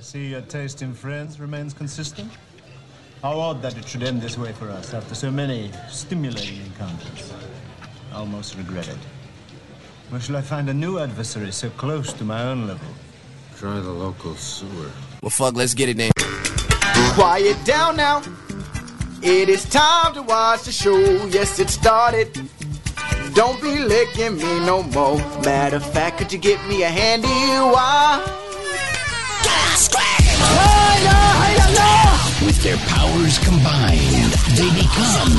see your taste in friends remains consistent? How odd that it should end this way for us after so many stimulating encounters. I almost regret it. Where shall I find a new adversary so close to my own level? Try the local sewer. Well, fuck, let's get it then. Quiet down now. It is time to watch the show. Yes, it started. Don't be licking me no more. Matter of fact, could you get me a handy wire? With their powers combined, they become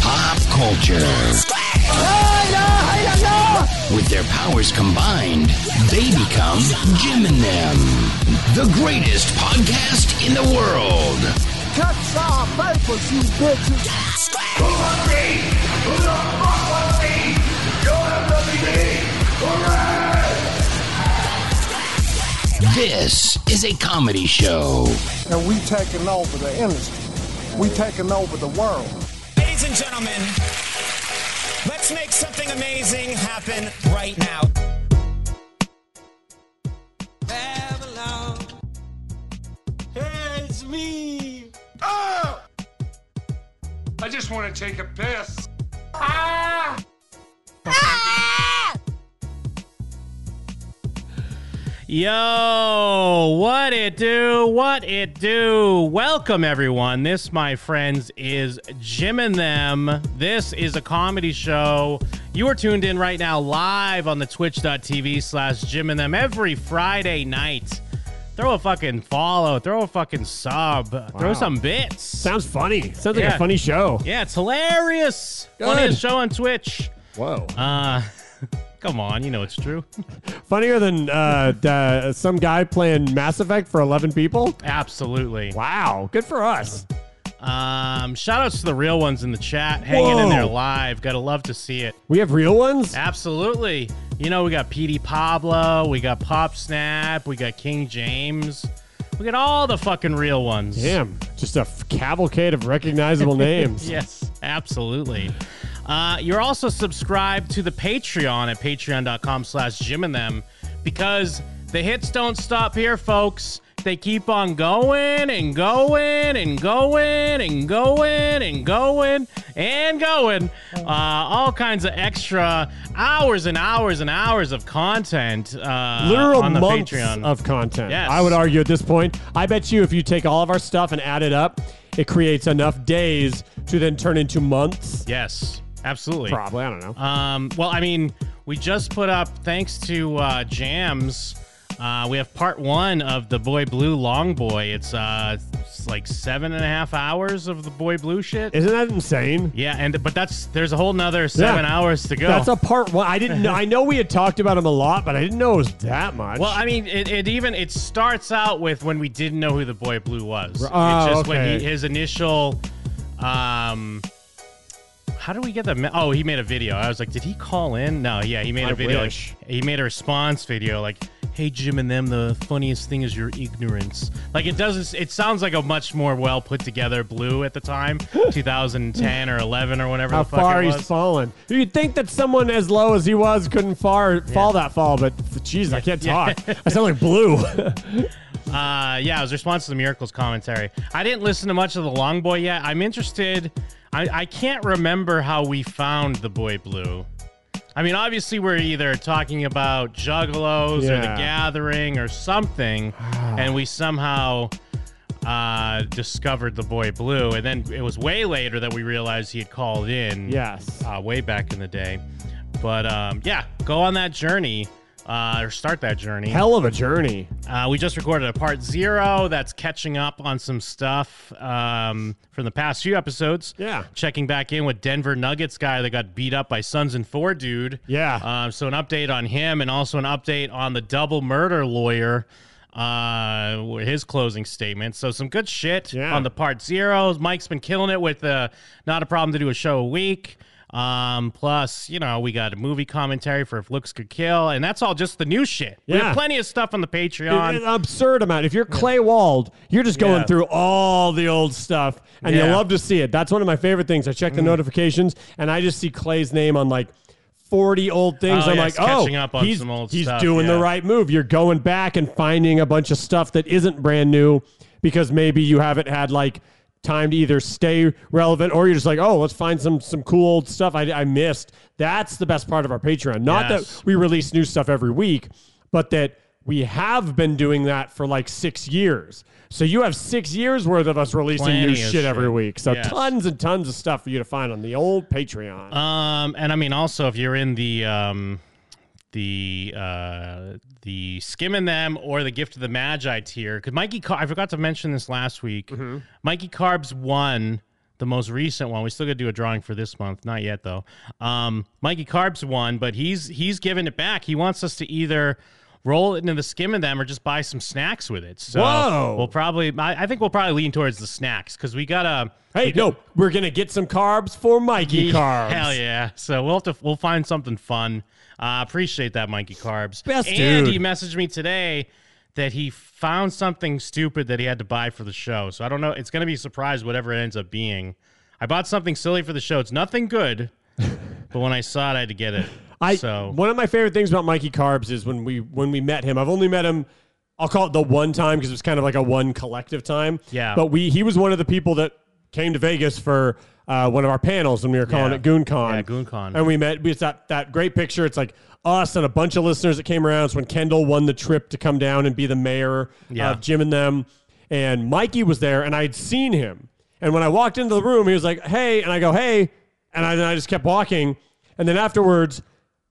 pop culture. With their powers combined, they become Jim and them, the greatest podcast in the world. This is a comedy show. and we taking over the industry. We taking over the world. Ladies and gentlemen, let's make something amazing happen right now. Oh! I just want to take a piss. Yo, what it do? What it do? Welcome, everyone. This, my friends, is Jim and Them. This is a comedy show. You are tuned in right now live on the twitch.tv slash Jim and Them every Friday night. Throw a fucking follow, throw a fucking sub, throw some bits. Sounds funny. Sounds like Yeah. a funny show. yeah, it's hilarious. Funniest show on Twitch. Whoa. Uh, come on, you know it's true. Funnier than uh, d- uh, some guy playing Mass Effect for 11 people? Absolutely. Wow. Good for us. Um, shout outs to the real ones in the chat hanging in Whoa. there live. Gotta love to see it. We have real ones? Absolutely. You know, we got PD Pablo, we got Pop Snap, we got King James, we got all the fucking real ones. Damn. Just a f- cavalcade of recognizable names. Yes, absolutely. Uh, you're also subscribed to the Patreon at patreon.com slash Jim and them because the hits don't stop here, folks. They keep on going and going and going and going and going and going. Uh, all kinds of extra hours and hours and hours of content uh, Literal on the months Patreon. of content. Yes. I would argue at this point. I bet you if you take all of our stuff and add it up, it creates enough days to then turn into months. yes, absolutely. Probably. I don't know. Um, well, I mean, we just put up, thanks to uh, Jams, uh, we have part one of the Boy Blue Long Boy. It's, uh, it's like seven and a half hours of the Boy Blue shit. Isn't that insane? yeah, and but that's there's a whole nother seven Yeah. hours to go. That's a part one. I didn't know. I know we had talked about him a lot, but I didn't know it was that much. well, I mean, it, it even it starts out with when we didn't know who the boy blue was. Oh, it just when okay. he, his initial, um, how do we get the? me- Oh, he made a video. I was like, did he call in? No, yeah, he made I a video. like, wish. he made a response video like, "Hey Jim and them, the funniest thing is your ignorance." Like it doesn't. It sounds like a much more well put together blue at the time, 2010 or 11 or whatever. how the fuck it far he's was. fallen. You'd think that someone as low as he was couldn't far fall that fall, but jeez, I can't Yeah. talk. I sound like blue. Uh, yeah, it was a response to the miracles commentary. I didn't listen to much of the long boy yet. I'm interested. I, I can't remember how we found the boy blue. I mean, obviously, we're either talking about Juggalos or The Yeah. Ah. Gathering or something, and we somehow uh, discovered the boy blue. And then it was way later that we realized he had called in yes. uh, way back in the day. But um, yeah, go on that journey uh, or start that journey. Hell of a journey. Uh, we just recorded a part zero that's catching up on some stuff um, from the past few episodes. Yeah. Checking back in with Denver Nuggets guy that got beat up by Sons and Four dude. Yeah. Um, so an update on him and also an update on the double murder lawyer, uh, with his closing statement. So some good shit Yeah. on the part zero. Mike's been killing it with uh, not a problem to do a show a week. Um, plus, you know, we got a movie commentary for If Looks Could Kill, and that's all just the new shit. We Yeah. have plenty of stuff on the Patreon. An absurd amount. If you're Clay Walled, you're just going Yeah. through all the old stuff, and you Yeah. Mm. love to see it. That's one of my favorite things. I check the notifications, and I just see Clay's name on like 40 old things. Oh, I'm yeah, like, it's oh, catching up on he's, some old he's stuff, doing the yeah. right move. You're going back and finding a bunch of stuff that isn't brand new because maybe you haven't had like time to either stay relevant or you're just like, oh, let's find some some cool old stuff I, I missed. That's the best part of our Patreon. Not Yes. that we release new stuff every week, but that we have been doing that for like six years. So you have six years worth of us releasing new Plenty of shit, every shit. week. So Yes. tons and tons of stuff for you to find on the old Patreon. Um, and I mean, also if you're in the um, the uh, the skimming them or the gift of the magi tier, because Mikey, Car- I forgot to mention this last week. Mm-hmm. Mikey Carbs won the most recent one. We still got to do a drawing for this month, not yet though. Um, Mikey Carbs won, but he's he's giving it back. He wants us to either. Roll it into the skim of them, or just buy some snacks with it. So Whoa. we'll probably, I, I think we'll probably lean towards the snacks because we gotta. Hey, no, we're gonna get some carbs for Mikey Carbs. Hell yeah! So we'll have to we'll find something fun. Uh, appreciate that, Mikey Carbs. Best and dude. he messaged me today that he found something stupid that he had to buy for the show. So I don't know. It's gonna be a surprise whatever it ends up being. I bought something silly for the show. It's nothing good, but when I saw it, I had to get it. I so one of my favorite things about Mikey Carbs is when we when we met him. I've only met him. I'll call it the one time because it was kind of like a one collective time. Yeah. But we he was one of the people that came to Vegas for uh, one of our panels when we were calling Yeah. it GoonCon. Yeah, GoonCon. And we met. It's that that great picture. It's like us and a bunch of listeners that came around. It's when Kendall won the trip to come down and be the mayor Yeah. of Jim and them. And Mikey was there, and I'd seen him. And when I walked into the room, he was like, "Hey," and I go, "Hey," and I, then I just kept walking. And then afterwards,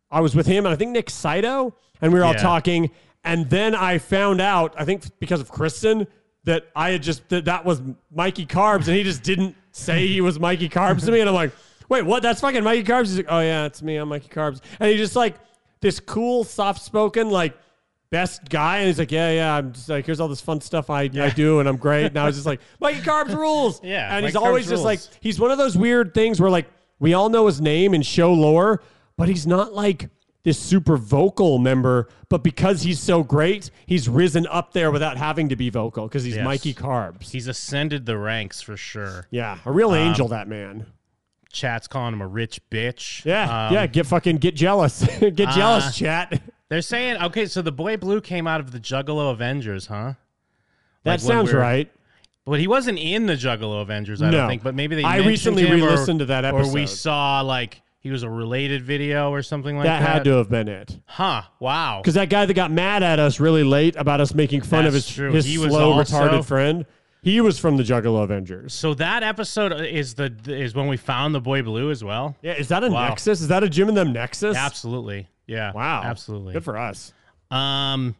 I was with him, and I think Nick Saito, and we were all Yeah. talking. And then I found out, I think because of Kristen, that I had just that that was Mikey Carbs, and he just didn't say he was Mikey Carbs to me. And I'm like, "Wait, what? That's fucking Mikey Carbs?" He's like, "Oh yeah, it's me. I'm Mikey Carbs." And he just like this cool, soft spoken, like best guy and he's like yeah yeah i'm just like here's all this fun stuff i, I do and i'm great and i was just like mikey carbs rules Yeah, and he's Mikey Carbs always just like rules. he's one of those weird things where like we all know his name in show lore but he's not like this super vocal member but because he's so great he's risen up there without having to be vocal because he's Yes. mikey carbs he's ascended the ranks for sure. Um, yeah a real angel that man Chat's calling him a rich bitch. yeah Um, yeah get fucking get jealous get jealous uh, chat They're saying okay. So the boy blue came out of the Juggalo Avengers, huh? that like when sounds we're- right But he wasn't in the Juggalo Avengers, I No. don't think. But maybe they. I mentioned recently him or- re-listened to that or we episode. saw like he was a related video or something like that. that had to have been it Huh? Wow. Because that guy that got mad at us really late about us making fun of That's his true. his He was slow also- retarded friend, he was from the Juggalo Avengers. So that episode is the is when we found the boy blue as well. Yeah, is that a Wow. nexus? Is that a Jim and them nexus? Absolutely. Yeah. Wow, Absolutely. Good for us. Um,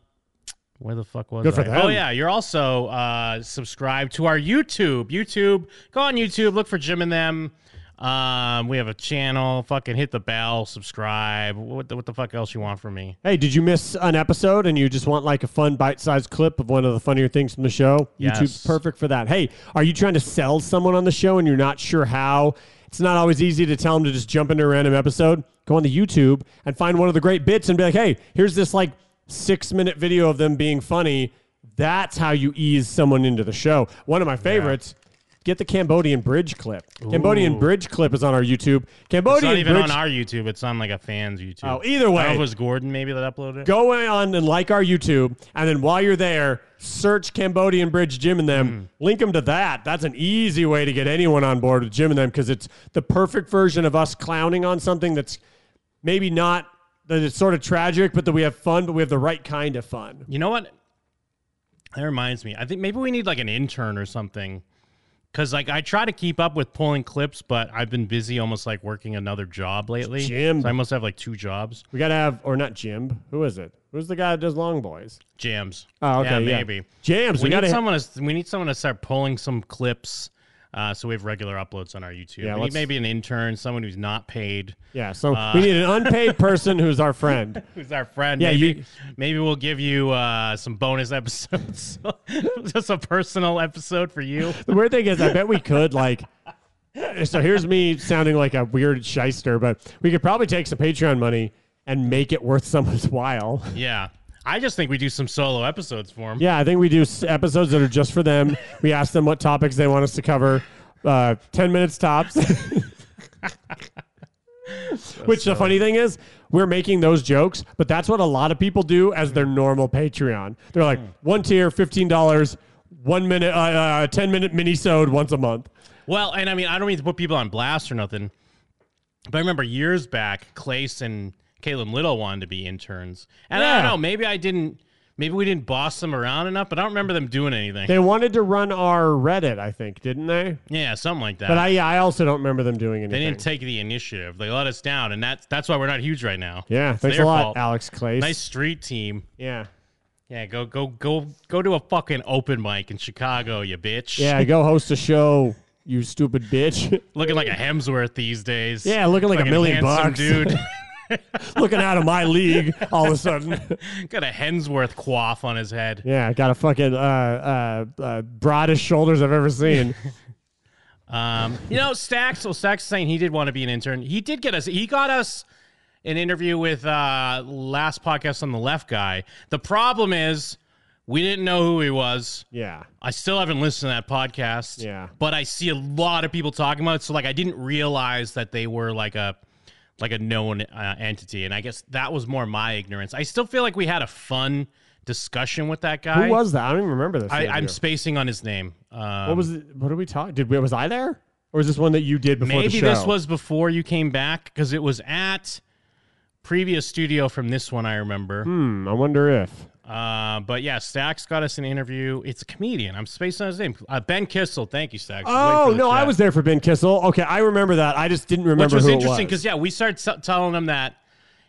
where the fuck was Good for I? Oh them. yeah, you're also uh, subscribed to our YouTube. YouTube, go on YouTube, look for Jim and them. Um, we have a channel. Fucking hit the bell, subscribe. What the, what the fuck else you want from me? Hey, did you miss an episode and you just want like a fun bite-sized clip of one of the funnier things from the show? Yes. YouTube's perfect for that. Hey, are you trying to sell someone on the show and you're not sure how? It's not always easy to tell them to just jump into a random episode. Go on the YouTube and find one of the great bits and be like, "Hey, here's this like 6-minute video of them being funny." That's how you ease someone into the show. One of my favorites Get the Cambodian bridge clip. Cambodian bridge clip is on our YouTube. It's Cambodian not even bridge on our YouTube. It's on like a fan's YouTube. Oh, either way. I don't know if it was Gordon maybe that uploaded it. go on and like our YouTube, and then while you're there, search Cambodian Bridge Jim and Mm. them. Link them to that. That's an easy way to get anyone on board with Jim and them because it's the perfect version of us clowning on something that's maybe not that it's sort of tragic, but that we have fun, but we have the right kind of fun. You know what? That reminds me. I think maybe we need like an intern or something. Cause like I try to keep up with pulling clips, but I've been busy almost like working another job lately. Jim. So I must have like two jobs. We gotta have, or not Jim. Who is it? Who's the guy that does long boys? Jams. Oh, okay, yeah. maybe. Jams, We, we need gotta- someone. To, we need someone to start pulling some clips, uh, so we have regular uploads on our YouTube. Yeah, we let's- need maybe an intern, someone who's not paid, Yeah, so Uh. we need an unpaid person who's our friend. who's our friend. Yeah, maybe, you- maybe we'll give you uh, some bonus episodes, just a personal episode for you. The weird thing is, I bet we could like. So here's me sounding like a weird shyster, but we could probably take some Patreon money and make it worth someone's while. Yeah. I just think we do some solo episodes for him. Yeah, I think we do s- episodes that are just for them. We ask them what topics they want us to cover. Uh, Ten minutes tops. Which the funny thing is, we're making those jokes, but that's what a lot of people do as their normal Patreon. They're like one tier, fifteen dollars, one minute, uh, uh, ten minute mini sewed once a month. Well, and I mean, I don't mean to put people on blast or nothing, but I remember years back, Clace and Caleb Little wanted to be interns, and I don't Yeah. know, maybe I didn't, maybe we didn't boss them around enough, but I don't remember them doing anything. They wanted to run our Reddit, I think, didn't they? yeah, something like that. But I, I also don't remember them doing anything. they didn't take the initiative. They let us down, and that's that's why we're not huge right now. yeah, It's thanks a their lot, fault. Alex Clay. Nice street team. Yeah, Yeah, go go go go to a fucking open mic in Chicago, you bitch. yeah. Go host a show, you stupid bitch. looking like a Hemsworth these days. Yeah, looking like a Fucking million handsome bucks. dude. Looking out of my league all of a sudden. Got a Hemsworth quaff on his head. Yeah, got a fucking uh, uh, uh, broadest shoulders I've ever seen. Um, you know, Stacks. Well, Stacks is saying he did want to be an intern. He did get us. He got us an interview with uh, last podcast on the left guy. The problem is we didn't know who he was. yeah, I still haven't listened to that podcast. Yeah. But I see a lot of people talking about it. So like I didn't realize that they were like a like a known uh, entity and I guess that was more my ignorance. I still feel like we had a fun discussion with that guy. who was that? I don't even remember this. I, I'm interview. spacing on his name. Um, what was? It, what are we talking? Did we? Was I there? Or was this one that you did before the maybe show? this was before you came back because it was at previous studio from this one I remember. Hmm, I wonder if. Uh, but yeah, Stacks got us an interview. It's a comedian. I'm spacing on his name. Uh, ben Kissel. Thank you, Stacks. Waiting Oh for the no, I chat. was there for Ben Kissel. Okay, I remember that. I just didn't remember which was who interesting it was. because yeah, we started s- telling him that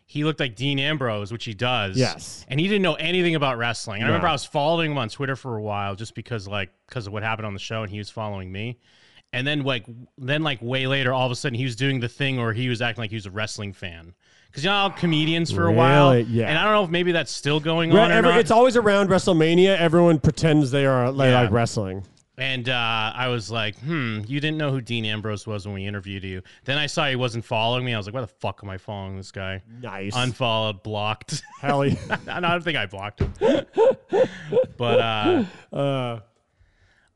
he looked like Dean Ambrose, which he does. Yes. and he didn't know anything about wrestling. And I remember No. I was following him on Twitter for a while just because like because of what happened on the show, and he was following me. And then like then like way later, all of a sudden he was doing the thing, or he was acting like he was a wrestling fan. Because you know how comedians for a while, Really? Yeah. And I don't know if maybe that's still going Right, on or every- not. it's always around WrestleMania. Everyone pretends they are like, Yeah. like wrestling. And uh, I was like, hmm, you didn't know who Dean Ambrose was when we interviewed you. Then I saw he wasn't following me. I was like, why the fuck am I following this guy? Nice. Unfollowed, blocked. Hell yeah. I don't think I blocked him. but uh,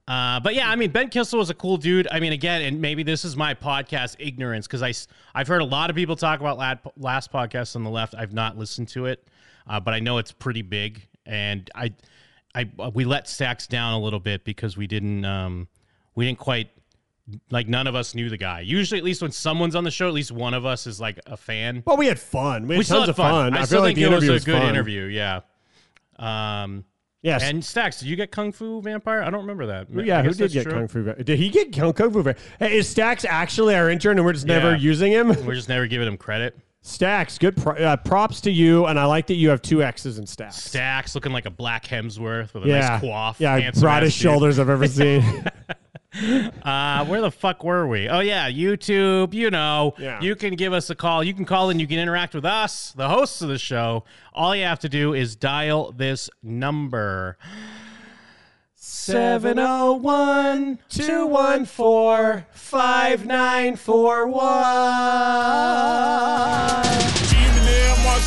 uh, but yeah, I mean, Ben Kissel was a cool dude. I mean, again, and maybe this is my podcast ignorance because I s- I've heard a lot of people talk about lad, last podcast on the left. I've not listened to it, uh, but I know it's pretty big, and I I uh, we let Stacks down a little bit because we didn't um we didn't quite like none of us knew the guy. Usually, at least when someone's on the show, at least one of us is like a fan Well, we had fun. We had we tons still had of fun. fun. I, feel still like think the it was interview a good fun. interview. Yeah. Um, Yes. and Stacks, did you get Kung Fu Vampire? I don't remember that. Who- yeah, I who guess did that's get true. Kung Fu? Va- Did he get Kung Kung Fu? Va- Hey, is Stacks actually our intern, and we're just never Yeah. using him? We're just never giving him credit. Stacks, good pro- uh, props to you, and I like that you have two X's in Stacks. Stacks looking like a black Hemsworth with a yeah, nice quaff. yeah, handsome broadest ass dude. shoulders I've ever seen. Uh, where the fuck were we? Oh yeah, YouTube. You know, Yeah. you can give us a call. You can call in. You can interact with us, the hosts of the show. All you have to do is dial this number. 701 214 5941. Jim and them on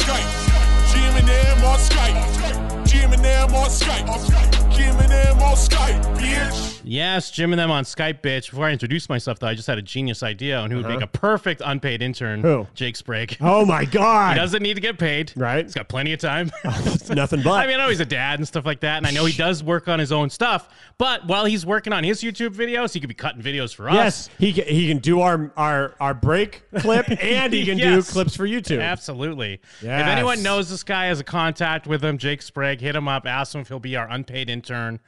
Skype. Jim and them on Skype. Jim and them on Skype. Jim and them on Skype, bitch. Yes, Jim and them on Skype, bitch. Before I introduce myself, though, I just had a genius idea on who would make a perfect unpaid intern. Uh-huh. Who? Jake Sprague. oh my He god, doesn't need to get paid. Right. Oh, He's got plenty of time. nothing but. I mean, I know he's a dad and stuff like that, and I know he does work on his own stuff. But while he's working on his YouTube videos, he could be cutting videos for us. yes, he can, he can do our our our break clip, and he can Yes. do clips for YouTube. Absolutely. If Yes. anyone knows this guy has a contact with him, Jake Sprague, hit him up, ask him if he'll be our unpaid intern,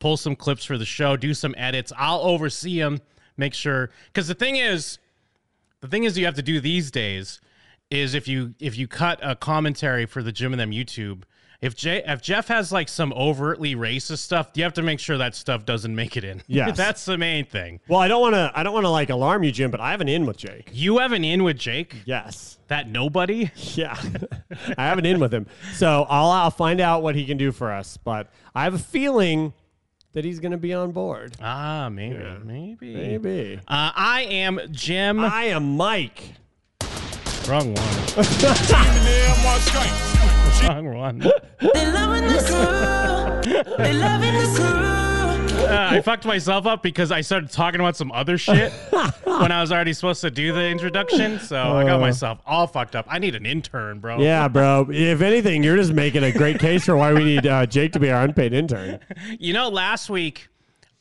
pull some clips for the show, do some edits. I'll oversee him, make sure. Because the thing is, the thing is, you have to do these days is if you if you cut a commentary for the Jim and Them YouTube. If, Jay, if Jeff has like some overtly racist stuff, you have to make sure that stuff doesn't make it in. Yes. that's the main thing. Well, I don't want to I don't want to like alarm you, Jim, but I have an in with Jake. You have an in with Jake, Yes. that nobody. Yeah, I have an in with him, so I'll, I'll find out what he can do for us. But I have a feeling that he's going to be on board. Ah, maybe, maybe, Maybe. Uh, I am Jim. I am Mike. wrong one. Jim and them on Skype. wrong one. They loving the crew. They loving the crew. Ah, I fucked myself up because I started talking about some other shit when I was already supposed to do the introduction. So I got myself all fucked up. I need an intern, bro. Uh. Yeah, bro. If anything, you're just making a great case for why we need uh, Jake to be our unpaid intern. You know, last week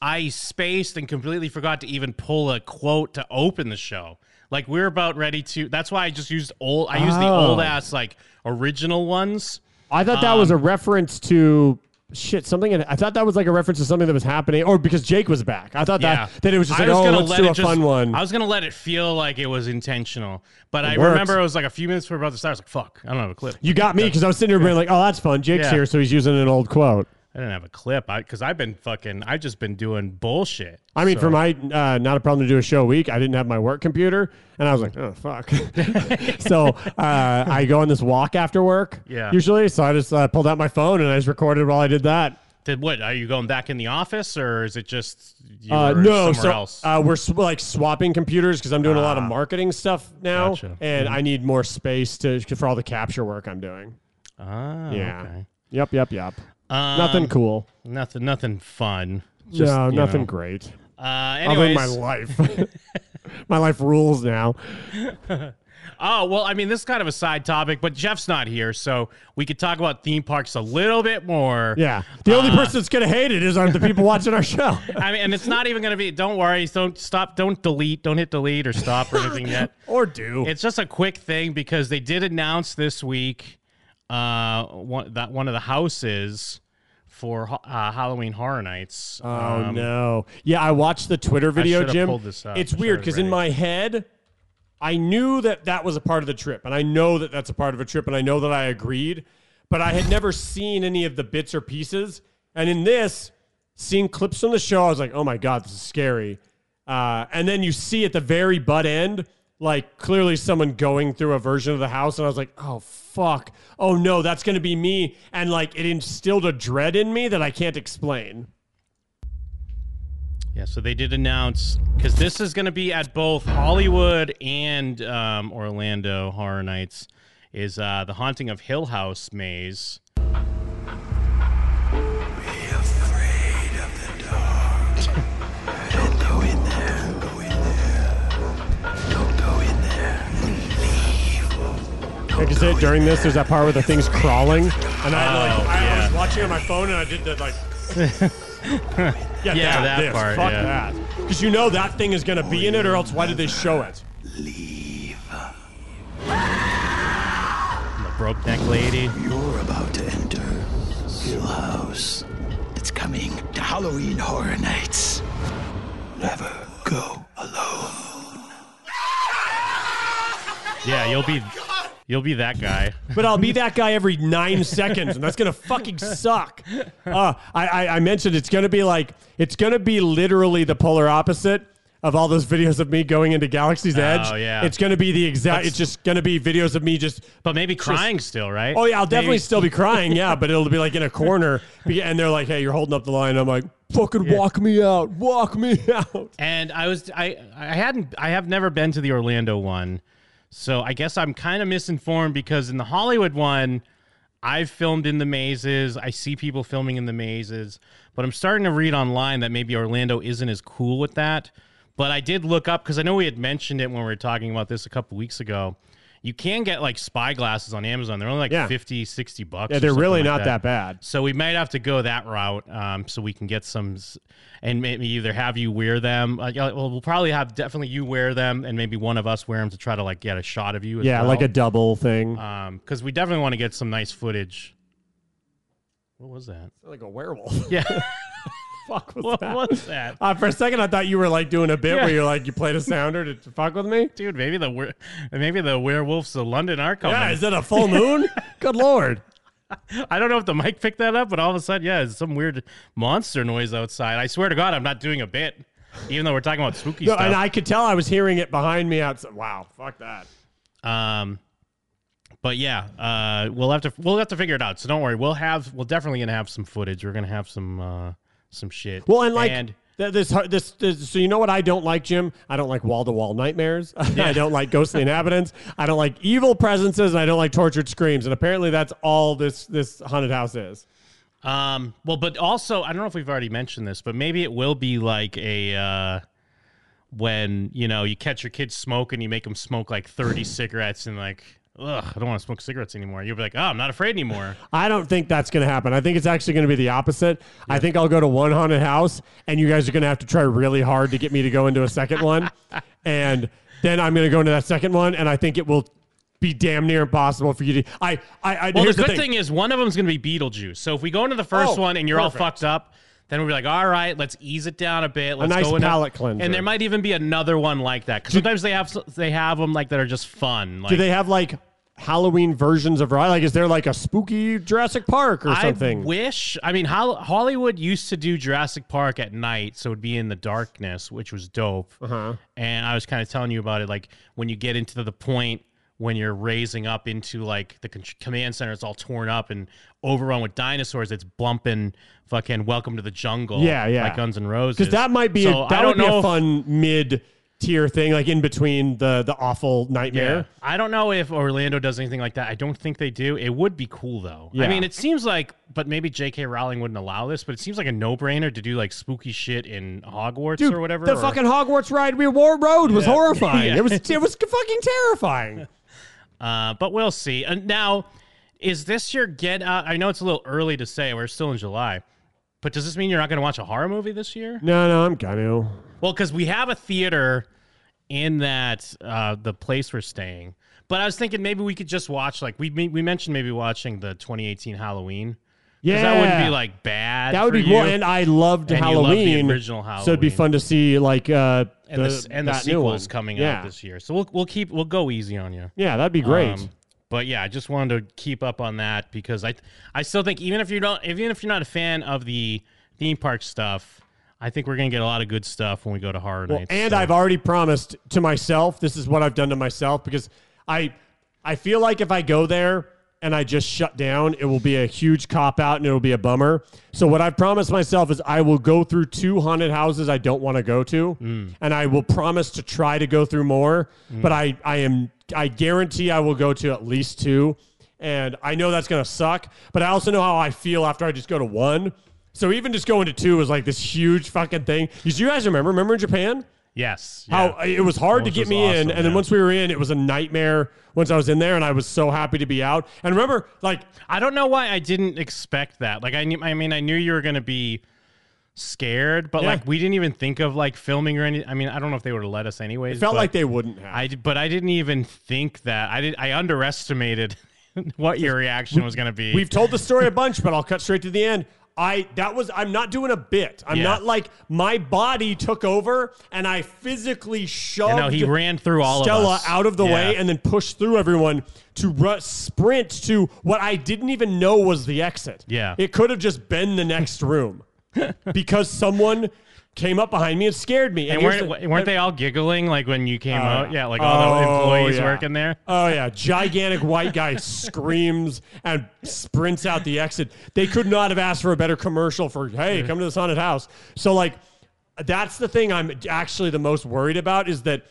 I spaced and completely forgot to even pull a quote to open the show. Like we are about ready to. That's why I just used old. I used the Oh. old ass like original ones. I thought that was a Um, reference to shit. Something. I thought that was like a reference to something that was happening, or because Jake was back. I thought Yeah, that that it was just I like, oh, gonna let's let do it a just- fun one. I was gonna let it feel like it was intentional, but I works. remember it was like a few minutes before Brother Star. I was like, "Fuck, I don't have a clip." you got me because I was sitting here being like, oh, that's fun. Jake's Yeah. here, so he's using an old quote. I didn't have a clip because I've been fucking. I've just been doing bullshit. I mean, So- for my uh, not a problem to do a show week, I didn't have my work computer, and I was like, oh fuck. so uh, I go on this walk after work, Yeah. usually. So I just uh, pulled out my phone and I just recorded while I did that. did what? Are you going back in the office or is it just you Uh, were no, somewhere so else? Ah, Uh, we're sw- like swapping computers because I'm doing a lot of marketing stuff now, Gotcha. Mm-hmm. and I need more space to for all the capture work I'm doing. Ah, Yeah. okay. Yep. Yep. Yep. Um, nothing cool. Nothing. Nothing fun. no, you nothing know. great. Uh, Other than anyways, my life. my life rules now. Oh, well, I mean, this is kind of a side topic, but Jeff's not here, so we could talk about theme parks a little bit more. Yeah. The uh, only person that's gonna hate it is are the people watching our show. I mean, and it's not even going to be, don't worry, don't stop, don't delete, don't hit delete or stop or anything yet. or do. It's just a quick thing because they did announce this week uh, one, that one of the houses for ho- uh, Halloween Horror Nights. oh no. Yeah, I watched the Twitter video, Um, should've Jim. pulled this up. It's I weird should've because read in it. my head, I knew that that was a part of the trip, and I know that that's a part of a trip, and I know that I agreed, but I had never seen any of the bits or pieces. And in this, seeing clips from the show, I was like, oh my god, this is scary. Uh, and then you see at the very butt end, like clearly someone going through a version of the house, and I was like, oh fuck, oh no, that's gonna be me, and like it instilled a dread in me that I can't explain. Yeah, so they did announce because this is going to be at both Hollywood and um, Orlando Horror Nights. Is uh, the Haunting of Hill House maze? Because it during this, there's that part where the thing's crawling, and I like Oh, I yeah. was watching on my phone, and I did the like. yeah, that this, part, Fuck yeah. that. Because you know that thing is gonna be in it, or else why did they show it? The broke neck lady. You're about to enter Hill House. It's coming to Halloween Horror Nights. Never go alone. Yeah, you'll be you'll be that guy. But I'll be that guy every nine seconds, and that's gonna fucking suck. Uh, I, I I mentioned it's gonna be like it's gonna be literally the polar opposite. Of all those videos of me going into Galaxy's Edge, Oh, yeah. it's gonna be the exact. It's just gonna be videos of me just But maybe crying still, right? Oh yeah, I'll definitely Maybe- still be crying. Yeah, but it'll be like in a corner, be- and they're like, "Hey, you're holding up the line." I'm like, "Fucking walk me out, walk me out." And I was I I hadn't I have never been to the Orlando one, so I guess I'm kind of misinformed because in the Hollywood one, I've filmed in the mazes. I see people filming in the mazes, but I'm starting to read online that maybe Orlando isn't as cool with that. But I did look up because I know we had mentioned it when we were talking about this a couple weeks ago. You can get like spy glasses on Amazon. They're only like Yeah. fifty, sixty 50, 60 bucks. Yeah, or they're something really like not that bad. so we might have to go that route, um, so we can get some, s- and maybe either have you wear them. Uh, yeah, well, we'll probably have definitely you wear them, and maybe one of us wear them to try to like get a shot of you. As Yeah, well. like a double thing, um, because we definitely want to get some nice footage. What was that? like a werewolf. Yeah, fuck was what that? was that? Uh, for a second, I thought you were like doing a bit Yeah. where you're like you played a sounder to, to fuck with me. Dude, maybe the wer- maybe the werewolves of London are coming. Yeah, is that a full moon? Good lord. I don't know if the mic picked that up, but all of a sudden, yeah, it's some weird monster noise outside. I swear to God, I'm not doing a bit, even though we're talking about spooky No, stuff. and I could tell I was hearing it behind me outside. Wow, fuck that. Um, but yeah, uh, we'll have to we'll have to figure it out. So don't worry, we'll have we'll definitely gonna have some footage. We're gonna have some uh, some shit. Well, and like and th- this, har- this, this, so you know what I don't like, Jim? I don't like wall to wall nightmares. I don't like ghostly inhabitants. I don't like evil presences, and I don't like tortured screams. And apparently, that's all this this haunted house is. Um, well, but also, I don't know if we've already mentioned this, but maybe it will be like a uh, when you know you catch your kids smoking, you make them smoke like thirty cigarettes, and like, ugh, I don't want to smoke cigarettes anymore. You'll be like, oh, I'm not afraid anymore. I don't think that's going to happen. I think it's actually going to be the opposite. I think I'll go to one haunted house, and you guys are going to have to try really hard to get me to go into a second one. And then I'm going to go into that second one, and I think it will be damn near impossible for you to. I, I, I Well, here's the good thing. thing. is one of them's going to be Beetlejuice. So if we go into the first Oh, one and you're all perfect. fucked up, then we'll be like, all right, let's ease it down a bit. Let's nice go into-" palate cleanser. And there might even be another one like that because sometimes they have they have them like that are just fun. Like, Do they have like Halloween versions of Rye? Like, is there like a spooky Jurassic Park or something? I wish. I mean, Hol- Hollywood used to do Jurassic Park at night, so it'd be in the darkness, which was dope. Uh-huh. And I was kind of telling you about it, like when you get into the point when you're raising up into like the con- command center, it's all torn up and overrun with dinosaurs. It's bumping fucking Welcome to the Jungle. Yeah, yeah. Like Guns N' Roses. Because that might be So a, I that don't would be know a if- fun mid tier thing, like in between the the awful nightmare. Yeah. I don't know if Orlando does anything like that. I don't think they do. It would be cool though. I Yeah. mean, it seems like but maybe JK Rowling wouldn't allow this, but it seems like a no-brainer to do like spooky shit in Hogwarts Dude, or whatever. the or- fucking Hogwarts ride we wore road was horrifying. Yeah. It was it was fucking terrifying. uh, but we'll see. And now is this your get out? I know it's a little early to say. We're still in July. But does this mean you're not going to watch a horror movie this year? No, no, I'm gonna. Well, because we have a theater in that uh, the place we're staying. But I was thinking maybe we could just watch like we we mentioned maybe watching the 2018 Halloween. 'Cause Yeah, that wouldn't be like bad. that would for be you. cool. And I loved And you love the Halloween. original So it'd be Halloween. fun to see like uh and the, s- and the that new one. sequels coming yeah. out this year. So we'll we'll keep we'll go easy on you. Yeah, that'd be great. Um, but yeah, I just wanted to keep up on that because I I still think even if you don't even if you're not a fan of the theme park stuff, I think we're gonna get a lot of good stuff when we go to horror Well, nights. and so- I've already promised to myself. This is what I've done to myself because I I feel like if I go there and I just shut down, it will be a huge cop out and it'll be a bummer. So what I've promised myself is I will go through two haunted houses I don't want to go to, and I will promise to try to go through more. But I I am I guarantee I will go to at least two. And I know that's gonna suck, but I also know how I feel after I just go to one. So even just going to two was like this huge fucking thing. You you guys remember? Remember in Japan? yes, How yeah. it was hard to Which get was me in, awesome, and then yeah. once we were in, it was a nightmare. Once I was in there, and I was so happy to be out. And remember, like I don't know why I didn't expect that. Like I knew, I mean, I knew you were gonna be scared, but Yeah. like we didn't even think of like filming or any. I mean, I don't know if they would have let us anyways. it felt but like they wouldn't have. I, d- but I didn't even think that. I did. I underestimated what your reaction was gonna be. We've told the story a bunch, but I'll cut straight to the end. I that was I'm not doing a bit. I'm Yeah. not like my body took over and I physically shoved. You know, he ran through all of Stella us. out of the way Yeah. and then pushed through everyone to ru- sprint to what I didn't even know was the exit. Yeah. it could have just been the next room because someone came up behind me and scared me. and here's weren't, the- weren't they all giggling like when you came out? Yeah, like Oh, all the employees yeah. working there. Oh yeah, gigantic white guy screams and sprints out the exit. They could not have asked for a better commercial for hey, come to this haunted house. So like that's the thing I'm actually the most worried about is that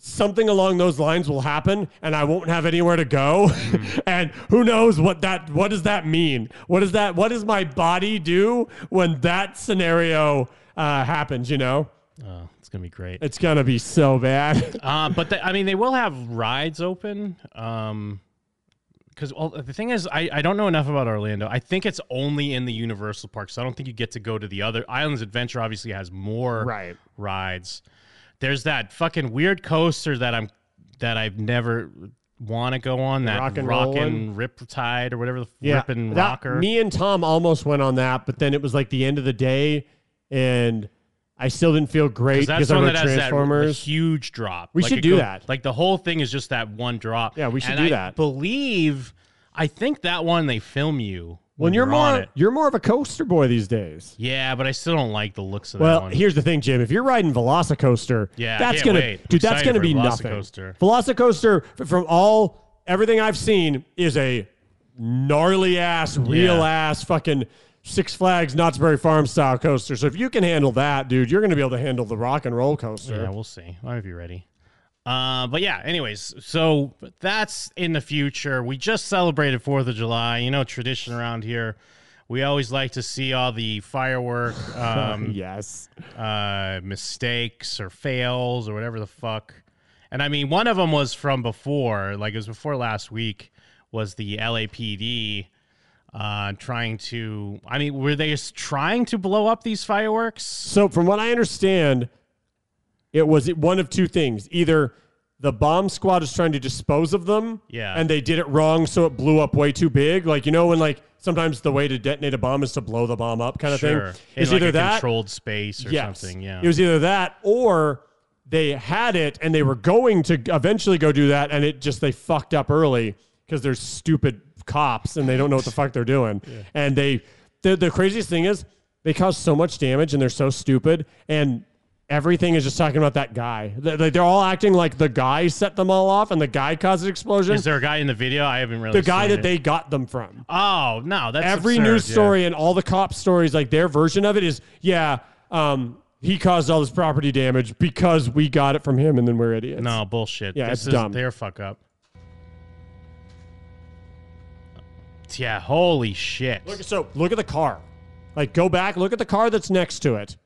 something along those lines will happen and I won't have anywhere to go. Mm-hmm. and who knows what that what does that mean? What does that what does my body do when that scenario uh, happens, you know? Oh, it's gonna be great. It's gonna be so bad. Uh, but they, I mean, they will have rides open. Um, because well, the thing is, I, I don't know enough about Orlando. I think it's only in the Universal Park, so I don't think you get to go to the other Islands Adventure. Obviously, has more Right. rides. There's that fucking weird coaster that I'm that I've never want to go on. That Rock and roll rockin' riptide or whatever the rippin' that- rocker. Me and Tom almost went on that, but then it was like the end of the day, and I still didn't feel great Because because that's I the one wrote that has that r- Transformers. huge drop. We Like, should it do that. Like the whole thing is just that one drop. Yeah, we should And do I that. Believe I think that one they film you when, when you're you're, on more, it. you're more of a coaster boy these days. Yeah, but I still don't like the looks of that Well, one. here's the thing, Jim. If you're riding Velocicoaster, Yeah, I that's can't gonna, wait. I'm dude, that's excited gonna for be Velocicoaster. nothing. Velocicoaster, f- from all everything I've seen, is a gnarly ass, real ass, fucking Six Flags Knott's Berry Farm style coaster. So if you can handle that, dude, you're gonna be able to handle the Rock and Roll Coaster. yeah, we'll see. I might be ready. Uh, but yeah, anyways, so that's in the future. We just celebrated Fourth of July. You know, tradition around here. We always like to see all the firework um, yes. uh, mistakes or fails or whatever the fuck. And I mean, one of them was from before, like it was before last week, was the LAPD uh, trying to. I mean, were they just trying to blow up these fireworks? So, from what I understand, it was one of two things. Either the bomb squad is trying to dispose of them, Yeah. and they did it wrong, so it blew up way too big. Like you know, when like sometimes the way to detonate a bomb is to blow the bomb up, kind of Sure. thing. In It's like either a that controlled space or Yes. something. Yeah. It was either that or they had it and they were going to eventually go do that and it just they fucked up early because they're stupid cops and they don't know what the fuck they're doing. And they the, the craziest thing is they cause so much damage and they're so stupid and everything is just talking about that guy. They- they- They're all acting like the guy set them all off and the guy caused the explosion. Is there a guy in the video? I haven't really the guy seen that it. they got them from. Oh no, that's every absurd, news yeah. story and all the cop stories, like their version of it is, yeah, um, he caused all this property damage because we got it from him, and then we're idiots. No bullshit. Yeah, this it's is dumb. their fuck up. Yeah, holy shit. Look, so look at the car. Like, go back, look at the car that's next to it,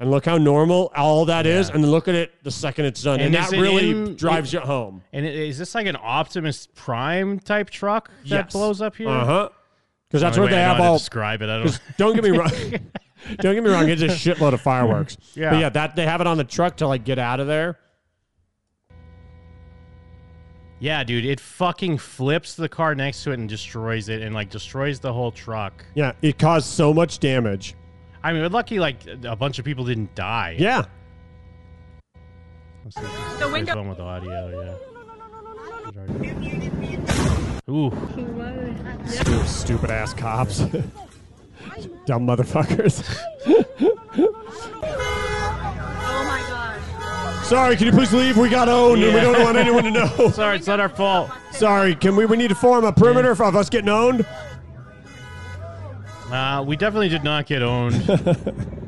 and look how normal all that is, and then look at it the second it's done, And and, is that it really in- drives you home. And i- is this like an Optimus Prime type truck that blows up here? Uh huh. Because that's I where mean, wait, they Uh-huh. I have don't know how to all describe it. I don't. Because don't get me wrong. don't get me wrong. It's a shitload of fireworks. Yeah. But yeah, that they have it on the truck to like get out of there. Yeah, dude, it fucking flips the car next to it and destroys it, and like destroys the whole truck. Yeah, it caused so much damage. I mean, we're lucky like a bunch of people didn't die. Yeah. the window. One with audio, yeah. Ooh, Stupid ass cops. Dumb motherfuckers. Oh my gosh. Sorry, can you please leave? We got owned and we don't want anyone to know. sorry, it's not our fault. Sorry, can we we need to form a perimeter of us getting owned? Uh, we definitely did not get owned. Look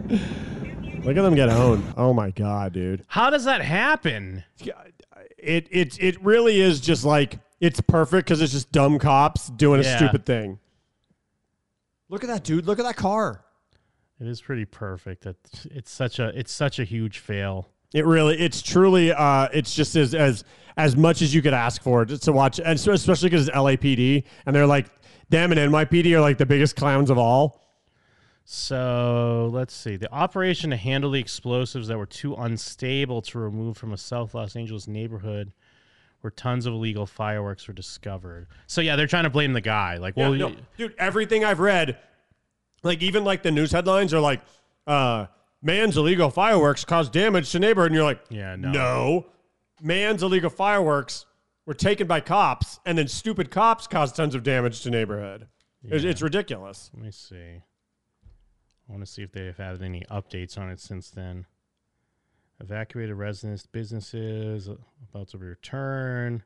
at them get owned. Oh my god, dude. How does that happen? It it it really is just like it's perfect because it's just dumb cops doing Yeah. a stupid thing. Look at that dude. Look at that car. It is pretty perfect. That it's such a it's such a huge fail. It really, it's truly, uh, it's just as as as much as you could ask for just to watch, and so, especially because it's LAPD, and they're like, them and NYPD are like the biggest clowns of all. So let's see. The operation to handle the explosives that were too unstable to remove from a South Los Angeles neighborhood where tons of illegal fireworks were discovered. So yeah, they're trying to blame the guy. Like, well, Yeah, no, you- dude, everything I've read, like even like the news headlines are like, uh, man's illegal fireworks caused damage to neighborhood, and you're like, Yeah, no. no, man's illegal fireworks were taken by cops, and then stupid cops caused tons of damage to neighborhood. It's, it's ridiculous. let me see. I want to see if they have had any updates on it since then. Evacuated residents, businesses uh, about to return.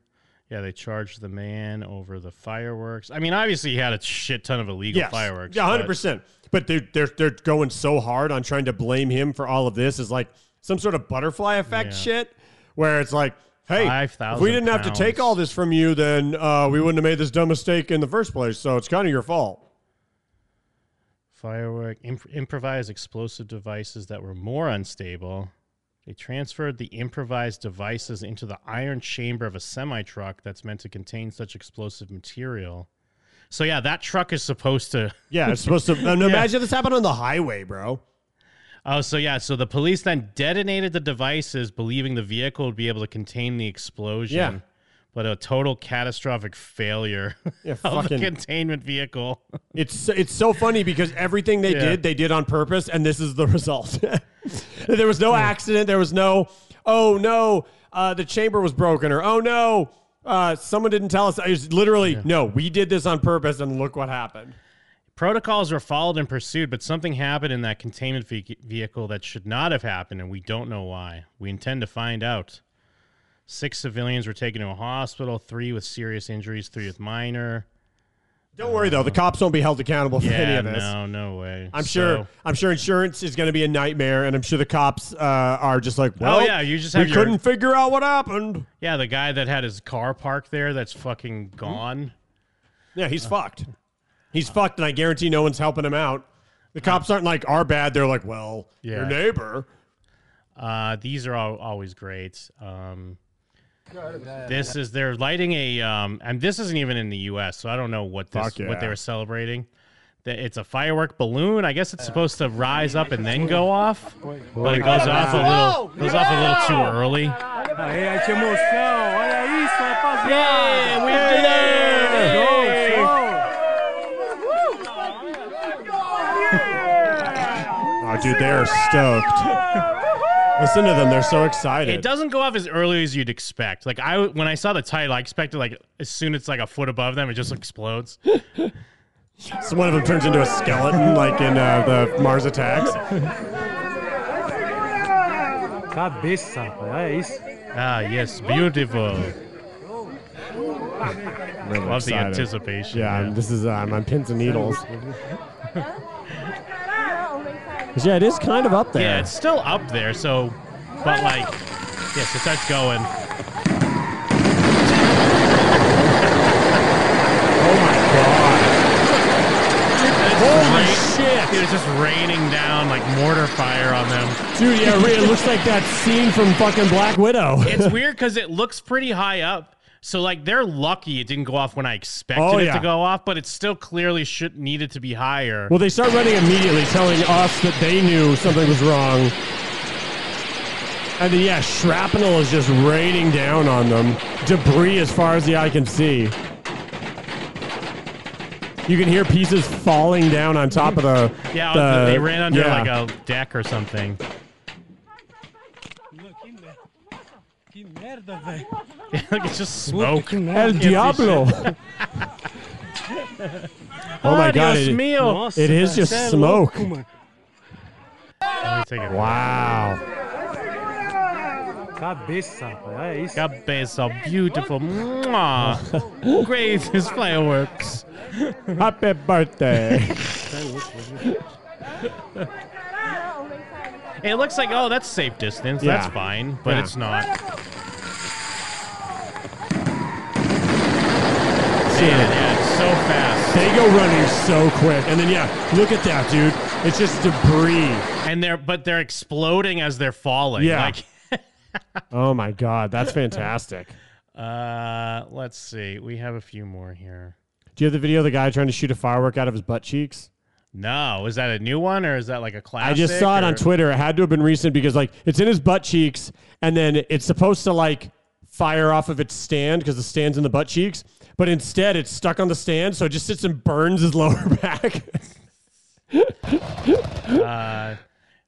Yeah, they charged the man over the fireworks. I mean, obviously he had a shit ton of illegal Yeah, fireworks. Yeah, hundred but- percent. But they're they're they're going so hard on trying to blame him for all of this is like some sort of butterfly effect Yeah. shit, where it's like, hey, if 5,000 we didn't have to take pounds. all this from you, then uh, we wouldn't have made this dumb mistake in the first place. So it's kind of your fault. Firework imp- improvised explosive devices that were more unstable. They transferred the improvised devices into the iron chamber of a semi truck that's meant to contain such explosive material. So yeah, that truck is supposed to. Yeah, it's supposed to. and Imagine this happened on the highway, bro. Oh, so yeah, so the police then detonated the devices, believing the vehicle would be able to contain the explosion. Yeah. But a total catastrophic failure Oh, Yeah, of the fucking- containment vehicle. It's it's so funny because everything they Yeah. did, they did on purpose, and this is the result. there was no accident. There was no, oh no, uh, the chamber was broken, or oh no, uh, someone didn't tell us. It was literally no, we did this on purpose, and look what happened. Protocols were followed and pursued, but something happened in that containment ve- vehicle that should not have happened, and we don't know why. We intend to find out. Six civilians were taken to a hospital, three with serious injuries, three with minor. Don't worry though, the cops won't be held accountable for any Yeah, of this. no, no way. I'm So- sure. I'm sure insurance is going to be a nightmare, and I'm sure the cops uh, are just like, well, Oh, yeah, you just have we your- couldn't figure out what happened. Hmm? Yeah, the guy that had his car parked there that's fucking gone. Yeah, he's fucked. He's fucked, and I guarantee no one's helping him out. The cops aren't like our bad. They're like, well, your Yeah. neighbor. Uh, these are all, always great. Um, this is they're lighting a um, and this isn't even in the U.S., so I don't know what this, Fuck yeah. what they were celebrating. That- It's a firework balloon. I guess it's supposed to rise up and then go off, but it goes off a little goes off a little too early. Yeah, we did it! Oh, dude, they are stoked. Listen to them; they're so excited. It doesn't go off as early as you'd expect. Like I, when I saw the title, I expected like as soon as it's like a foot above them, it just explodes. So one of them turns into a skeleton, like in uh, the Mars Attacks. Ah, yes, beautiful. Love the excited. anticipation. Yeah, I'm- this is uh, I'm on pins and needles. yeah, it is kind of up there. Yeah, it's still up there. So, but like, yes, it starts going. oh my Holy shit. Dude, it's just raining down like mortar fire on them. god, dude! Yeah, Rhea, it looks like that scene from fucking Black Widow. It's weird because it looks pretty high up. So like they're lucky it didn't go off when I expected Oh, it yeah. to go off, but it still clearly should needed to be higher. well, they start running immediately, telling us that they knew something was wrong. And then, yeah, shrapnel is just raining down on them. Debris as far as the eye can see. You can hear pieces falling down on top of the. yeah, the- they ran under yeah. like a deck or something. Look, it's just smoke. El Diablo. oh my god. Ah, Dios It, mío. it is just smoke. Let me take it. Wow. Cabeza, beautiful. Mwah. Great as fireworks. Happy birthday. It looks like, oh, that's safe distance. Yeah. That's fine, but Yeah. it's not. See Man, it. yeah, it's so fast. They go running so quick. And then, yeah, look at that, dude. It's just debris. And they're, but they're exploding as they're falling. Yeah. Like, Oh my god. That's fantastic. uh, let's see. We have a few more here. Do you have the video of the guy trying to shoot a firework out of his butt cheeks? No, is that a new one or is that like a classic? I just saw it or- on Twitter. It had to have been recent because like it's in his butt cheeks, and then it's supposed to like fire off of its stand because the stand's in the butt cheeks, but instead it's stuck on the stand, so it just sits and burns his lower back.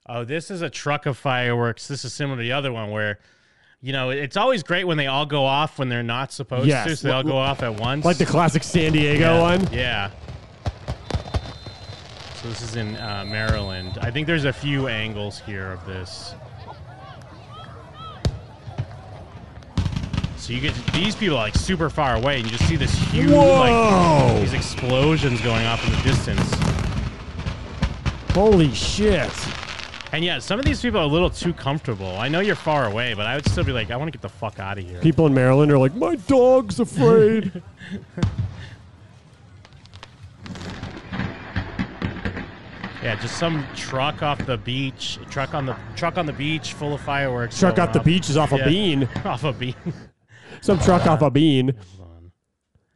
Oh, this is a truck of fireworks. This is similar to the other one where, you know, it's always great when they all go off when they're not supposed Yes. to. So they all go off at once. like the classic San Diego yeah. one. Yeah. So this is in uh, Maryland. I think there's a few angles here of this. So you get these people are, like super far away, and you just see this huge Whoa. like these explosions going off in the distance. Holy shit! And yeah, some of these people are a little too comfortable. I know you're far away, but I would still be like, I want to get the fuck out of here. People in Maryland are like, my dog's afraid. Yeah, just some truck off the beach, truck on the truck on the beach, full of fireworks. truck going off the off. beach is off Yeah. a bean. off a bean. Some truck off a bean. Hold on.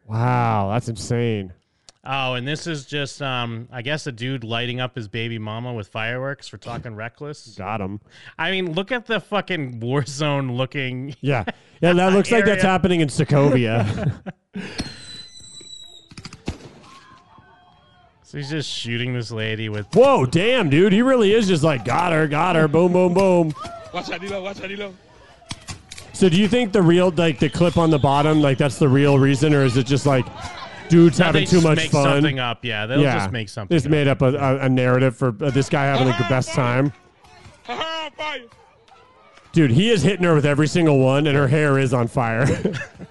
Wow, that's insane. Oh, and this is just, um, I guess, a dude lighting up his baby mama with fireworks for talking reckless. Got him. I mean, look at the fucking war zone looking. Yeah, yeah, that looks like that's Area. happening in Sokovia. So he's just shooting this lady with. Whoa, damn, dude. He really is just like, got her, got her, boom, boom, boom. So do you think the real, like the clip on the bottom, like that's the real reason, or is it just like dudes They having too just much make fun? something up. Yeah, they'll just make something. Just up. made up a, a, a narrative for uh, this guy having the best time. Ha fire! Dude, he is hitting her with every single one, and her hair is on fire.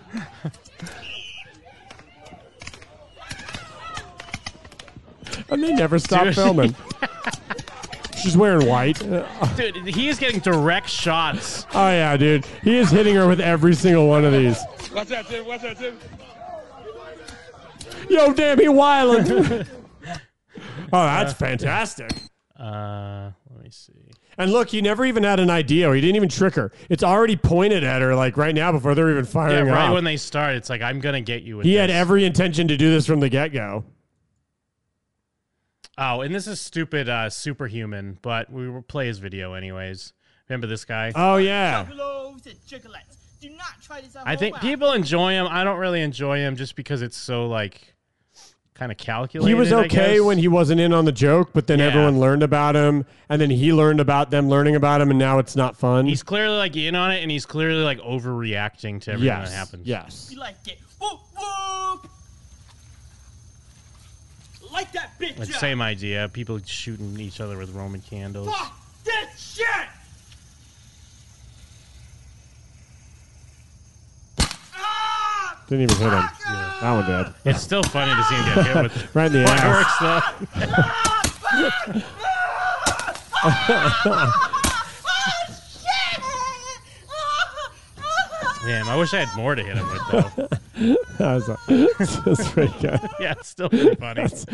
and they never stop Dude. filming. She's wearing white. Dude, he is getting direct shots. Oh yeah, dude. He is hitting her with every single one of these. Watch out, Tim. Watch out, Tim. Yo, damn, he wildin'. oh, that's fantastic. Uh, let me see. And look, he never even had an idea. He didn't even trick her. It's already pointed at her, like right now, before they're even Yeah, firing. her right up. when they start, it's like I'm gonna get you. With he had this." every intention to do this from the get go. Oh, and this is stupid. Uh, superhuman, but we will play his video anyways. Remember this guy? Oh yeah. Juggalos and juggalettes. Do not try this at I think home. people enjoy him. I don't really enjoy him just because it's so like kind of calculated. He was I okay guess. when he wasn't in on the joke, but then Yeah. everyone learned about him, and then he learned about them learning about him, and now it's not fun. he's clearly like in on it, and he's clearly like overreacting to everything Yes, that happens. yes. You like it. Whoop, whoop. Like that bitch Like, up. same idea. People shooting each other with Roman candles. Fuck this shit! Didn't even hit him. That one did. It's still funny to see him get hit with Right in the fireworks, ass. though. Damn, I wish I had more to hit him with though. that was that's pretty good. Yeah, it's still pretty funny. That's,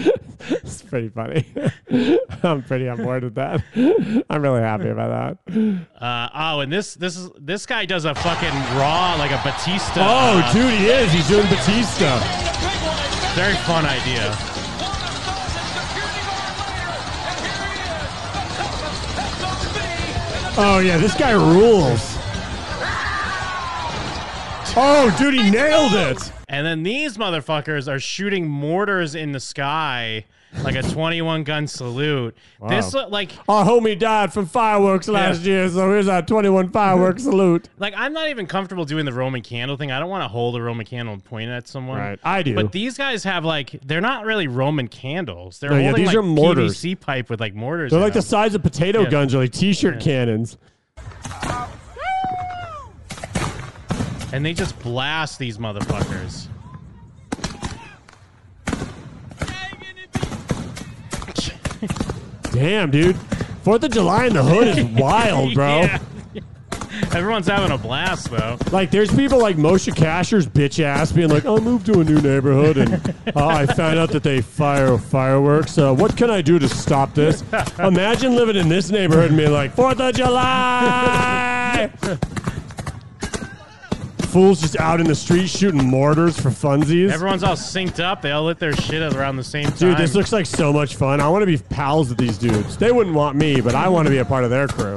that's pretty funny. I'm pretty on board with that. I'm really happy about that. Uh, oh, and this this is this guy does a fucking raw like a Batista. Oh, uh, he is. He's doing Batista. Very fun idea. Oh yeah, this guy rules. Oh, dude, he nailed it. And then these motherfuckers are shooting mortars in the sky like a 21 gun salute. This Wow. look like Our homie died from fireworks last year, so here's our 21 fireworks salute. like I'm not even comfortable doing the Roman candle thing. I don't want to hold a Roman candle and point it at someone. Right. I do. But these guys have like they're not really Roman candles. They're No, yeah, holding these like are mortars. PVC pipe with like mortars. They're in like the them. size of potato Yeah. guns or like t-shirt Yeah. cannons. and they just blast these motherfuckers. Damn, dude. Fourth of July in the hood is wild, bro. Yeah. Everyone's having a blast though. Like, there's people like Moshe Kasher's bitch ass being like, I moved to a new neighborhood and uh, I found out that they fire fireworks. Uh, what can I do to stop this? Imagine living in this neighborhood and being like, Fourth of July! Fools just out in the street shooting mortars for funsies. Everyone's all synced up. They all lit their shit at around the same time. Dude, this looks like so much fun. I want to be pals with these dudes. They wouldn't want me, but I want to be a part of their crew.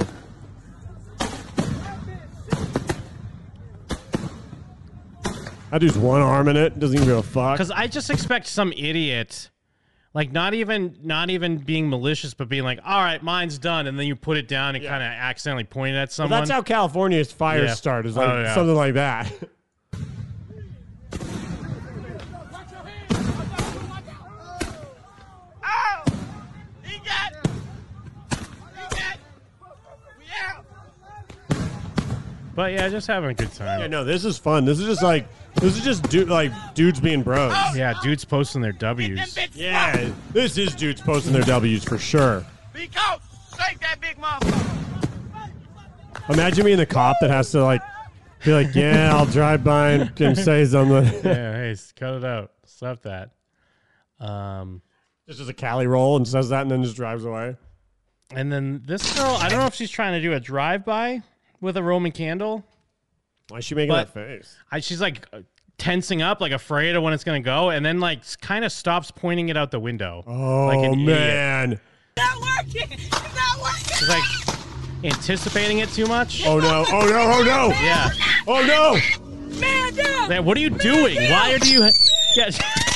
That dude's one arm in it. Doesn't even give a fuck. Because I just expect some idiot, like not even not even being malicious, but being like, "All right, mine's done," and then you put it down and kind of accidentally point it at Well, someone. that's how California's fires Yeah. start. Is like Oh, yeah. something like that. He got. He got. We out. But yeah, just having a good time. yeah, no, this is fun. This is just like this is just dude like dudes being bros. Yeah, dudes posting their W's. Yeah, this is dudes posting their W's for sure. Be coach. Shake that big motherfucker. Imagine being the cop that has to like be like, yeah, I'll drive by and, and say something. yeah, hey, s- cut it out. Stop that. Um, This is a Cali roll and says that and then just drives away. and then this girl, I don't know if she's trying to do a drive-by with a Roman candle. Why is she making But- that face? I, she's like uh, tensing up, like afraid of when it's gonna go, and then like kind of stops pointing it out the window. Oh like an idiot. man. Not working. It's not working. She's like anticipating it too much. Oh no. Oh no. Oh no. Yeah. Oh no. Man down. That- what are you doing? Why do you? Yeah.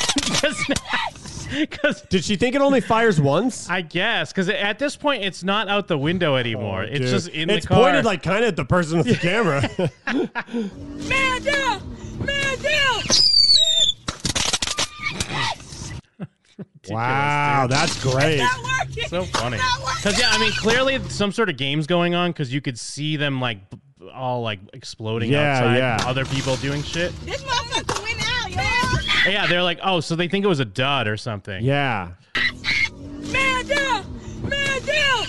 Because Did she think it only fires once? I guess because at this point it's not out the window anymore. it's Oh, Dude. just in it's the car. pointed like kind of at the person with the camera. Man down. Man down. wow, that's great. Not working. so funny. Not working. Because yeah, I mean clearly some sort of game's going on because you could see them like b- b- all like exploding Yeah, outside. yeah. Other people doing shit. This motherfucker went out, y'all. Yeah, they're like, oh, so they think it was a dud or something. Yeah. Man down. Man down.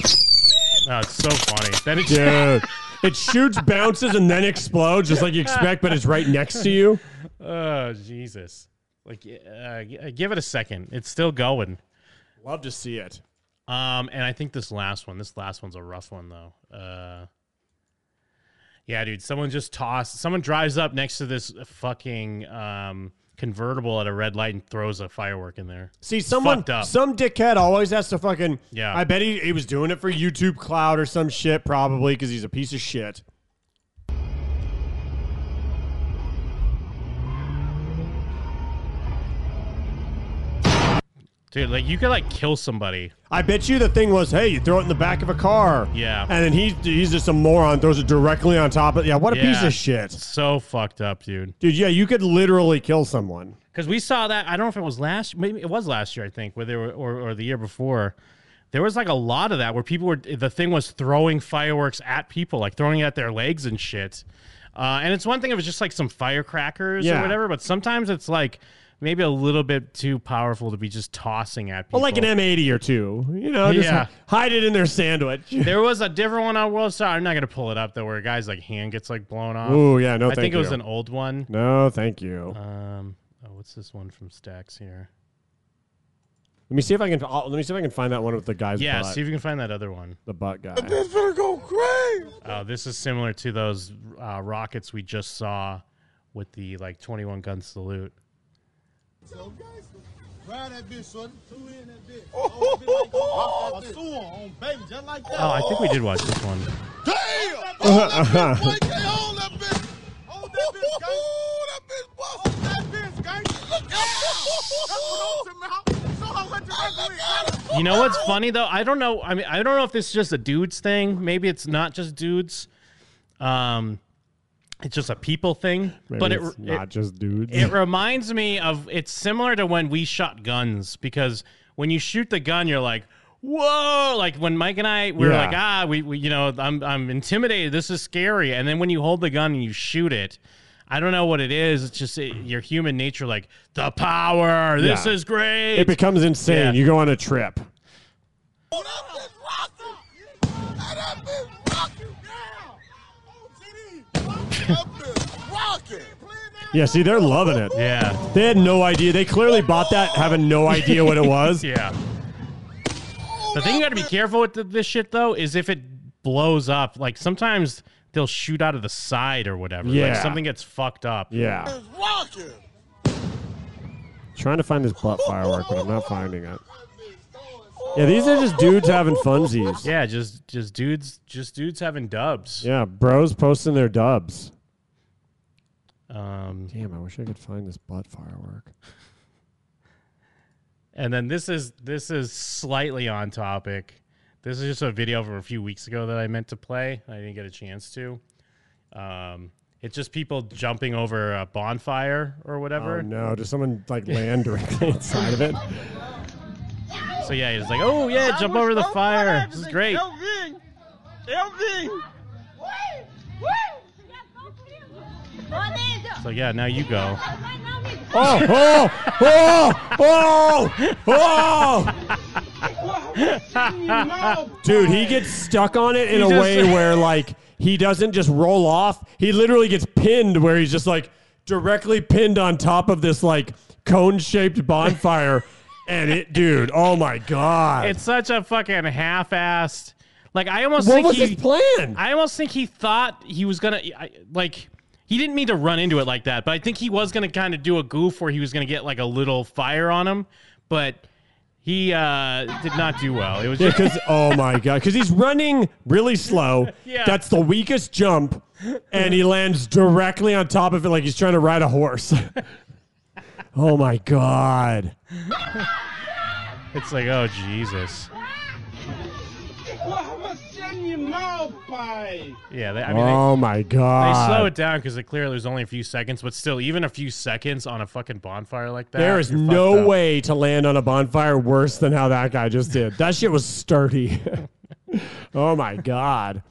Oh, it's so funny. Then it's Dude. It shoots, bounces, and then explodes, just like you expect, but it's right next to you. oh Jesus. Like, uh, g- give it a second. It's still going. Love to see it. Um, and I think this last one, this last one's a rough one though. Uh, yeah, dude. Someone just tossed. Someone drives up next to this fucking um convertible at a red light and throws a firework in there. See, someone, Fucked up. some dickhead always has to fucking. Yeah. I bet he, he was doing it for YouTube Cloud or some shit, probably, because he's a piece of shit. dude. Like you could like kill somebody. I bet you the thing was, hey, you throw it in the back of a car. Yeah. And then he, he's just a moron, throws it directly on top of. Yeah, what a piece Yeah. of shit. So fucked up, dude. Dude, yeah, you could literally kill someone. Because we saw that. I don't know if it was last. Maybe it was last year. I think where they were, or, or the year before. There was like a lot of that where people were. The thing was throwing fireworks at people, like throwing it at their legs and shit. Uh, and it's one thing if it's just like some firecrackers Yeah. or whatever, but sometimes it's like maybe a little bit too powerful to be just tossing at people. Well, like an M80 or two, you know, just Yeah. hi- hide it in their sandwich. there was a different one on World Star. I'm not gonna pull it up though, where a guy's like hand gets like blown off. Ooh, yeah, no, I thank think it was you. an old one. No, thank you. Um, oh, what's this one from Stacks here? Let me see if I can. I'll- let me see if I can find that one with the guy's. yeah, butt. see if you can find that other one. The butt guy. better go crazy. Oh, this is similar to those uh, rockets we just saw with the like 21 gun salute. Ride that bitch, son. Two in that bitch. Oh, Sue her on baby, just like that. Oh, I think we did watch this one. Damn! Hold that bitch, boy. Hold that bitch. Hold that bitch, gang. Hold that bitch, boy. Hold that bitch, gang. Look out. That's what I'm talking about. Show her what you really got. You know what's funny though? I don't know. I mean, I don't know if this is just a dudes thing. Maybe it's not just dudes. Um, it's just a people thing. Maybe but it, it's it- not just dudes. It reminds me of it's similar to when we shot guns because when you shoot the gun, you're like, whoa! Like when Mike and I we were Yeah. like, ah, we, we you know, I'm I'm intimidated. This is scary. And then when you hold the gun and you shoot it. I don't know what it is. It's just it, your human nature, like the power. This Yeah. is great. It becomes insane. Yeah. You go on a trip. Yeah, see, they're loving it. Yeah. They had no idea. They clearly bought that, having no idea what it was. yeah. The thing you got to be careful with th- this shit though is if it blows up. Like sometimes they'll shoot out of the side or whatever. Like Yeah. something gets fucked up. Yeah. Trying to find this butt firework, but I'm not finding it. Yeah, these are just dudes having funsies. Yeah, just just dudes, just dudes having dubs. Yeah, bros posting their dubs. Um, Damn, I wish I could find this butt firework. and then this is this is slightly on topic. This is just a video from a few weeks ago that I meant to play. I didn't get a chance to. Um, it's just people jumping over a bonfire or whatever. Oh, no, does someone like land directly inside of it? So yeah, he's like, oh yeah, jump over the fire. This is great. LV! LV! So yeah, now you go. Oh, oh, oh, oh, oh. Dude, he gets stuck on it He in a just- way where, like, he doesn't just roll off. He literally gets pinned where he's just, like, directly pinned on top of this, like, cone shaped bonfire. and it, dude, oh my God. It's such a fucking half-assed. Like I almost What think was he, his plan? I almost think he thought he was gonna I, like. He didn't mean to run into it like that, but I think he was gonna kind of do a goof where he was gonna get like a little fire on him, but he uh, did not do well. It was Yeah, just because oh my god, because he's running really slow. Yeah. That's the weakest jump, and he lands directly on top of it like he's trying to ride a horse. oh my god, it's like oh Jesus, yeah. They, I mean, they- oh my They god. slow it down because it clearly was only a few seconds, but still, even a few seconds on a fucking bonfire like that. there is you're fucked no up. way to land on a bonfire worse than how that guy just did. That shit was sturdy. oh my god,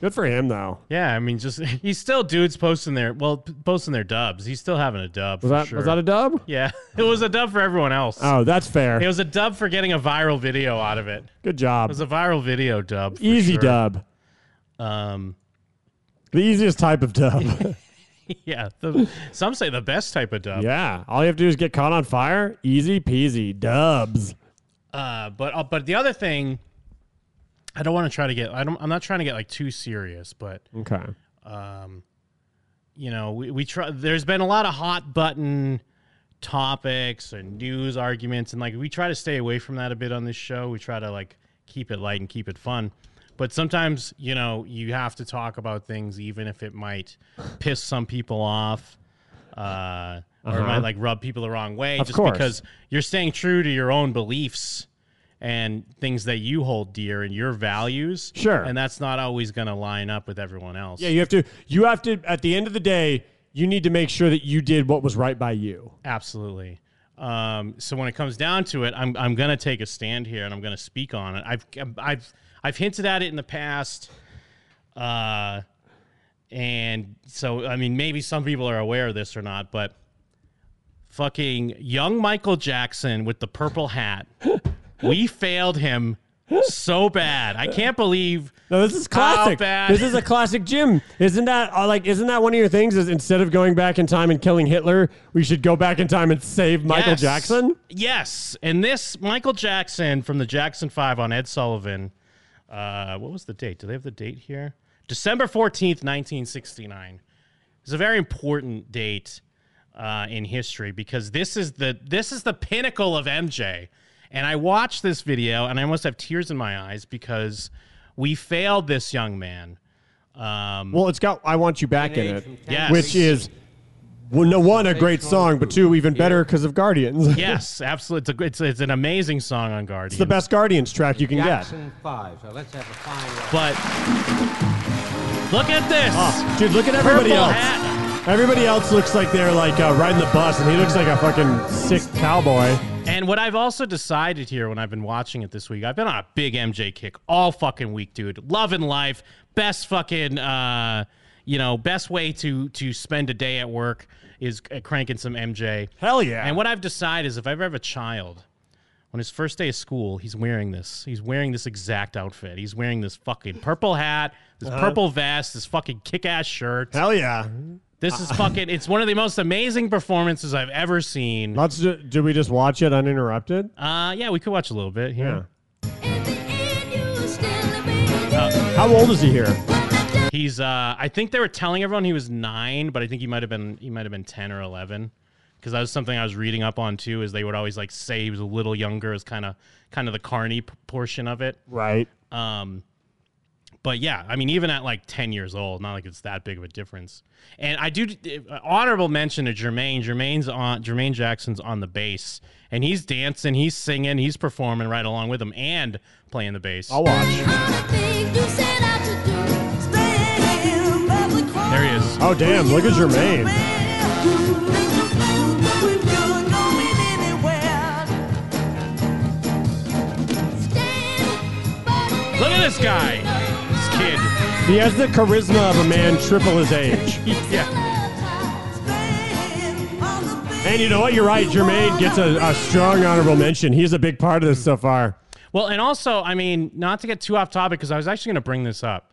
good for him though. Yeah, I mean, just he's still dudes posting their well, p- posting their dubs. He's still having a dub. Was for that sure. was that a dub? Yeah, it was a dub for everyone else. Oh, that's fair. It was a dub for getting a viral video out of it. Good It job. was a viral video dub. for Easy sure. dub. Um, The easiest type of dub. yeah, the, some say the best type of dub. Yeah, all you have to do is get caught on fire. Easy peasy, dubs. Uh, but uh, but the other thing, I don't want to try to get. I don't. I'm not trying to get like too serious, but Okay. um, you know, we, we try. There's been a lot of hot button topics and news arguments, and like we try to stay away from that a bit on this show. We try to like keep it light and keep it fun. But sometimes, you know, you have to talk about things, even if it might piss some people off, uh, or it Uh-huh. might like rub people the wrong way, Of just course. because you're staying true to your own beliefs and things that you hold dear and your values. Sure. And that's not always going to line up with everyone else. Yeah, you have to. You have to. At the end of the day, you need to make sure that you did what was right by you. Absolutely. Um, so when it comes down to it, I'm I'm gonna take a stand here and I'm gonna speak on it. I've I've I've hinted at it in the past, uh, and so I mean maybe some people are aware of this or not, but fucking young Michael Jackson with the purple hat, we failed him so bad. I can't believe no, this is Classic. This is a classic gym. Isn't that uh, like? Isn't that one of your things? Is instead of going back in time and killing Hitler, we should go back in time and save Michael Yes. Jackson? Yes. And this Michael Jackson from the Jackson Five on Ed Sullivan. Uh, what was the date? Do they have the date here? December 14th, 1969. It's a very important date uh, in history because this is the this is the pinnacle of MJ. And I watched this video and I almost have tears in my eyes because we failed this young man. Um, Well, it's got "I Want You Back" in it, Yes. which is well, no one a great song, but two even better because of Guardians. yes, absolutely. It's, a, it's, it's an amazing song on Guardian. it's the best Guardians track you can get. Jackson Five. So let's have a fine. But look at this, dude! Look at everybody else. Everybody else looks like they're like uh, riding the bus, and he looks like a fucking sick cowboy. And what I've also decided here when I've been watching it this week, I've been on a big MJ kick all fucking week, dude. Love and life, best fucking, uh, you know, best way to to spend a day at work is c- cranking some MJ. Hell yeah! And what I've decided is if I ever have a child, on his first day of school, he's wearing this. He's wearing this exact outfit. He's wearing this fucking purple hat, this Uh-huh. purple vest, this fucking kick-ass shirt. Hell yeah! This is fucking. It's one of the most amazing performances I've ever seen. Let's do, do we just watch it uninterrupted? Uh, yeah, we could watch a little bit here. Uh, How old is he here? He's. Uh, I think they were telling everyone he was nine, but I think he might have been. He might have been ten or eleven, because that was something I was reading up on too. Is they would always like say he was a little younger, is kind of kind of the carny p- portion of it. Right. Um, but yeah, I mean, even at like ten years old, not like it's that big of a difference. And I do uh, honorable mention to Jermaine. Jermaine's on Jermaine Jackson's on the bass, and he's dancing, he's singing, he's performing right along with him, and playing the bass. I'll watch. There he is. Oh damn! Look at Jermaine. Look at this guy, this kid. He has the charisma of a man triple his age. yeah. And you know what? You're right. Jermaine gets a, a strong honorable mention. He's a big part of this so far. Well, and also, I mean, not to get too off topic, because I was actually going to bring this up.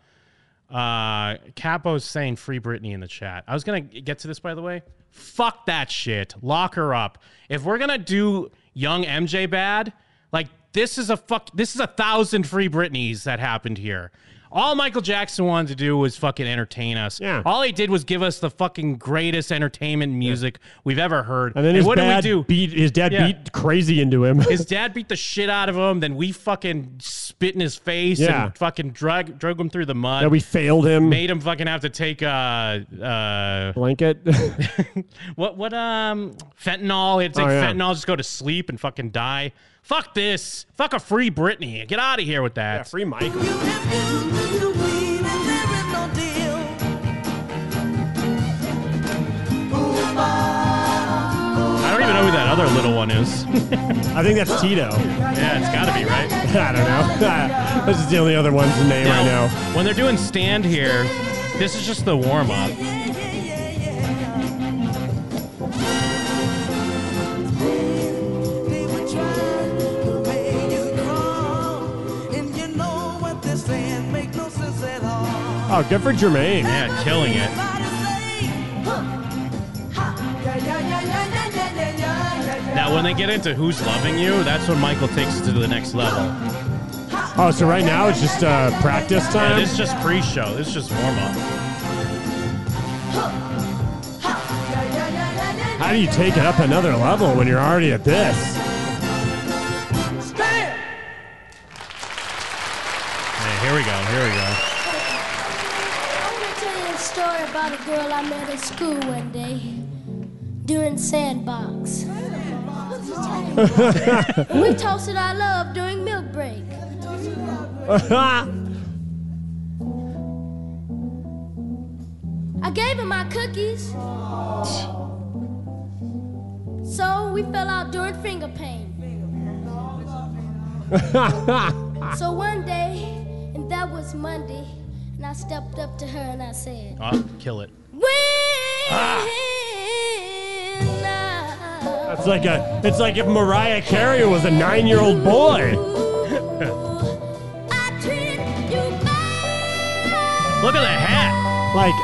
Uh, Capo's saying free Britney in the chat. I was going to get to this, by the way. Fuck that shit. Lock her up. If we're going to do young MJ bad, like this is a fuck, this is a thousand free Britneys that happened here. All Michael Jackson wanted to do was fucking entertain us. Yeah. All he did was give us the fucking greatest entertainment music we've ever heard. And then his what dad did we do? beat his dad Yeah. beat crazy into him. his dad beat the shit out of him. Then we fucking spit in his face Yeah. and fucking drug drug him through the mud. Yeah, we failed him. Made him fucking have to take uh uh blanket. what what um fentanyl. It's like Oh, yeah. fentanyl. Just go to sleep and fucking die. Fuck this. Fuck a free Britney. Get out of here with that. free Michael. I don't even know who that other little one is. I think that's Tito. Yeah, it's gotta be right. I don't know. this is the only other one's name I know. When they're doing stand here, this is just the warm up. Oh, good for Jermaine. Oh, Yeah, killing it. Now, when they get into Who's Loving You, that's when Michael takes it to the next level. Oh, so right now it's just uh, practice Yeah, time. this is just pre show, this is just warm up. How do you take it up another level when you're already at this? Hey, here we go, here we go. I'm gonna tell you a story about a girl I met at school one day during sandbox. we toasted our love during milk break. I gave him my cookies. So we fell out during finger pain. Oh, So one day, and that was Monday, and I stepped up to her and I said, Oh, kill it. When Ah. It's like a, it's like if Mariah Carey was a nine-year-old boy. Look at the hat. Like,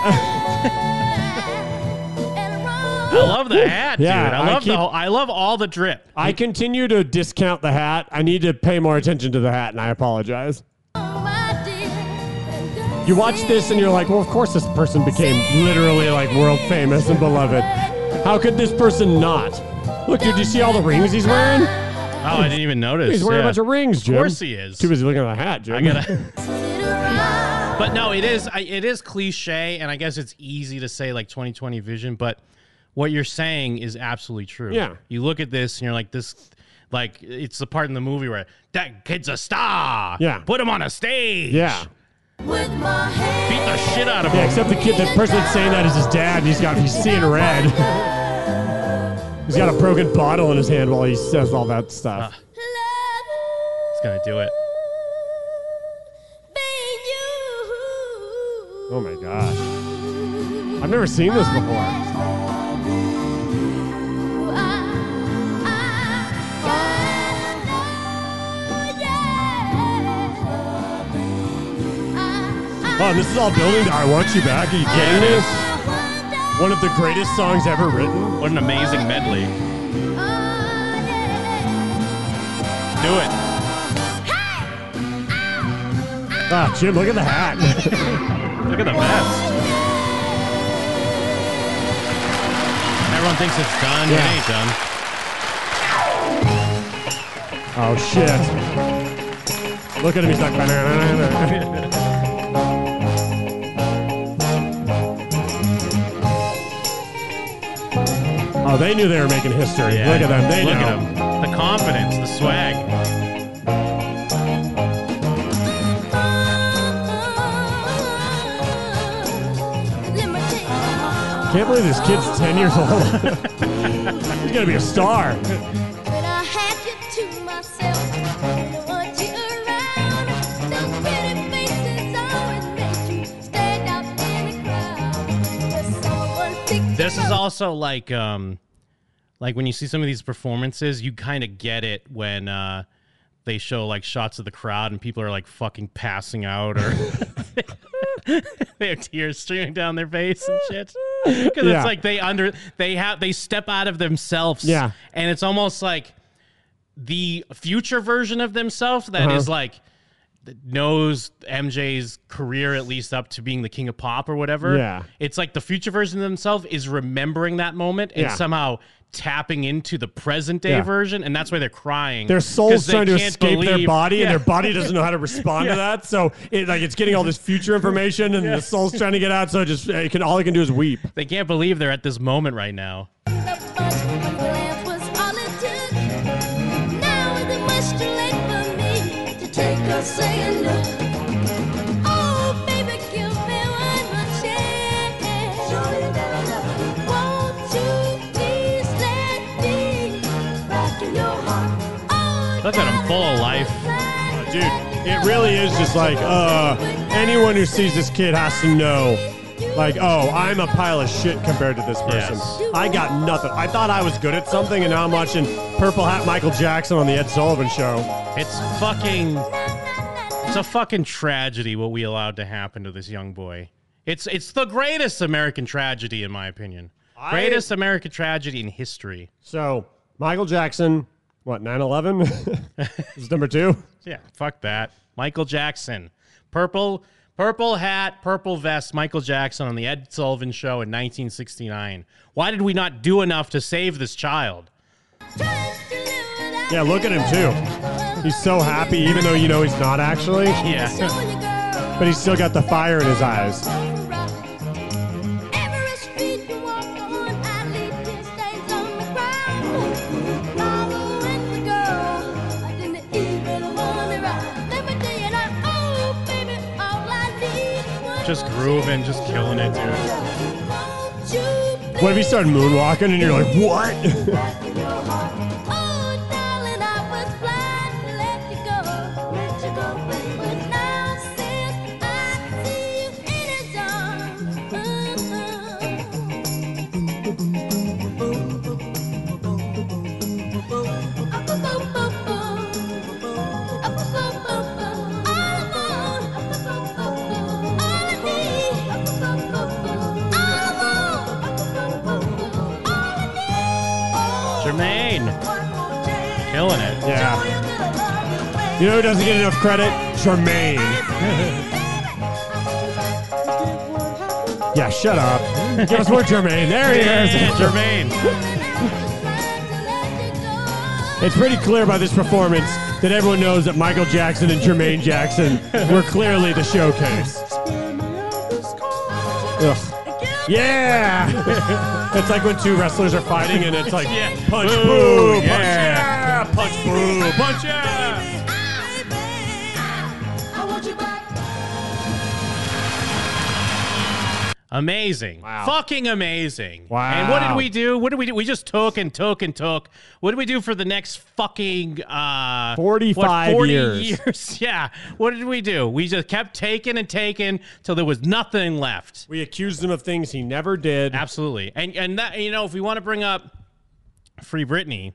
I love the hat, Yeah, dude. I I love the keep- whole, I love all the drip. I continue to discount the hat. I need to pay more attention to the hat, and I apologize. You watch this, and you're like, well, of course this person became literally like world famous and beloved. How could this person not? Look, dude, do you see all the rings he's wearing? Oh, I didn't even notice. He's wearing yeah. a bunch of rings, Jim. Of course he is. Too busy looking at the hat, Jim. I gotta. But no, it is I- it is cliche, and I guess it's easy to say like 2020 vision, but what you're saying is absolutely true. Yeah. you look at this and you're like this, like it's the part in the movie where that kid's a star. Yeah. put him on a stage. Yeah. beat the shit out of him. Yeah, except the kid, the person that's saying that is his dad, and he's got he's seeing red. he's got a broken bottle in his hand while he says all that stuff. He's gonna do it. Oh my gosh, I've never seen this before. Oh, this is all building to I Want You Back. Are you kidding me? One of the greatest songs ever written. What an amazing medley. Do it. Ah, Jim, look at the hat. Look at the vest. Everyone thinks it's done. Yeah. It ain't done. oh, shit. Look at him. He's like, "Banana." oh, they knew they were making history. Yeah. Look at them. They Look know. at them. The confidence, the swag. Can't believe this kid's 10 years old. He's going to be a star. I had you to myself, didn't want you around. Those pretty faces always made you stand out in the crowd. There's someone picked This you is up. also like, um, like when you see some of these performances, you kind of get it when uh, they show like shots of the crowd and people are like fucking passing out or they have tears streaming down their face and shit. Because Yeah. it's like they under they have they step out of themselves. Yeah. and it's almost like the future version of themselves that is Uh-huh. like that knows MJ's career at least up to being the king of pop or whatever. Yeah. It's like the future version of themselves is remembering that moment and Yeah. somehow tapping into the present day Yeah. version and that's why they're crying. Their 'cause soul's they trying to can't escape their believe- body, and Yeah. their body doesn't know how to respond Yeah. to that. So it like it's getting all this future information, and Yeah. the soul's trying to get out. So it just it can all it can do is weep. They can't believe they're at this moment right now. glance was all it took. Now is it much too late for me to take a second look? Oh, baby, give me one more chance. Won't you please let me rock your heart? Look at him full of life. dude, it really is just like uh, anyone who sees this kid has to know, like, oh, I'm a pile of shit compared to this person. I got nothing. I thought I was good at something, and now I'm watching Purple Hat Michael Jackson on the Ed Sullivan Show. It's fucking It's a fucking tragedy what we allowed to happen to this young boy. It's it's the greatest American tragedy in my opinion. I- Greatest American tragedy in history. So Michael Jackson, what 9/11 is number two. Yeah, fuck that. Michael Jackson. Purple purple hat, purple vest, Michael Jackson on the Ed Sullivan show in 1969. Why did we not do enough to save this child? Yeah, look at him too. He's so happy, even though you know he's not actually. Yeah. but he's still got the fire in his eyes. oh, Just grooving, just killing it, dude. What if he started moonwalking and you're like, what? Oh, Jermaine. Killing it. Yeah. You know who doesn't get enough credit? Charmaine. yeah, shut up. Give us more Charmaine. There he is. Yeah, Jermaine. It's pretty clear by this performance that everyone knows that Michael Jackson and Jermaine Jackson were clearly the showcase. Ugh. Yeah! it's like when two wrestlers are fighting and it's like Yeah. punch, Boo, boo, punch, yeah. yeah, punch, boo, punch, yeah. Amazing. Fucking amazing. Wow. And what did we do? What did we do? We just took and took and took. What did we do for the next fucking uh 45 what, 40 years. years? Yeah. What did we do? We just kept taking and taking till there was nothing left. We accused him of things he never did. Absolutely. And and that you know, if we want to bring up Free Britney,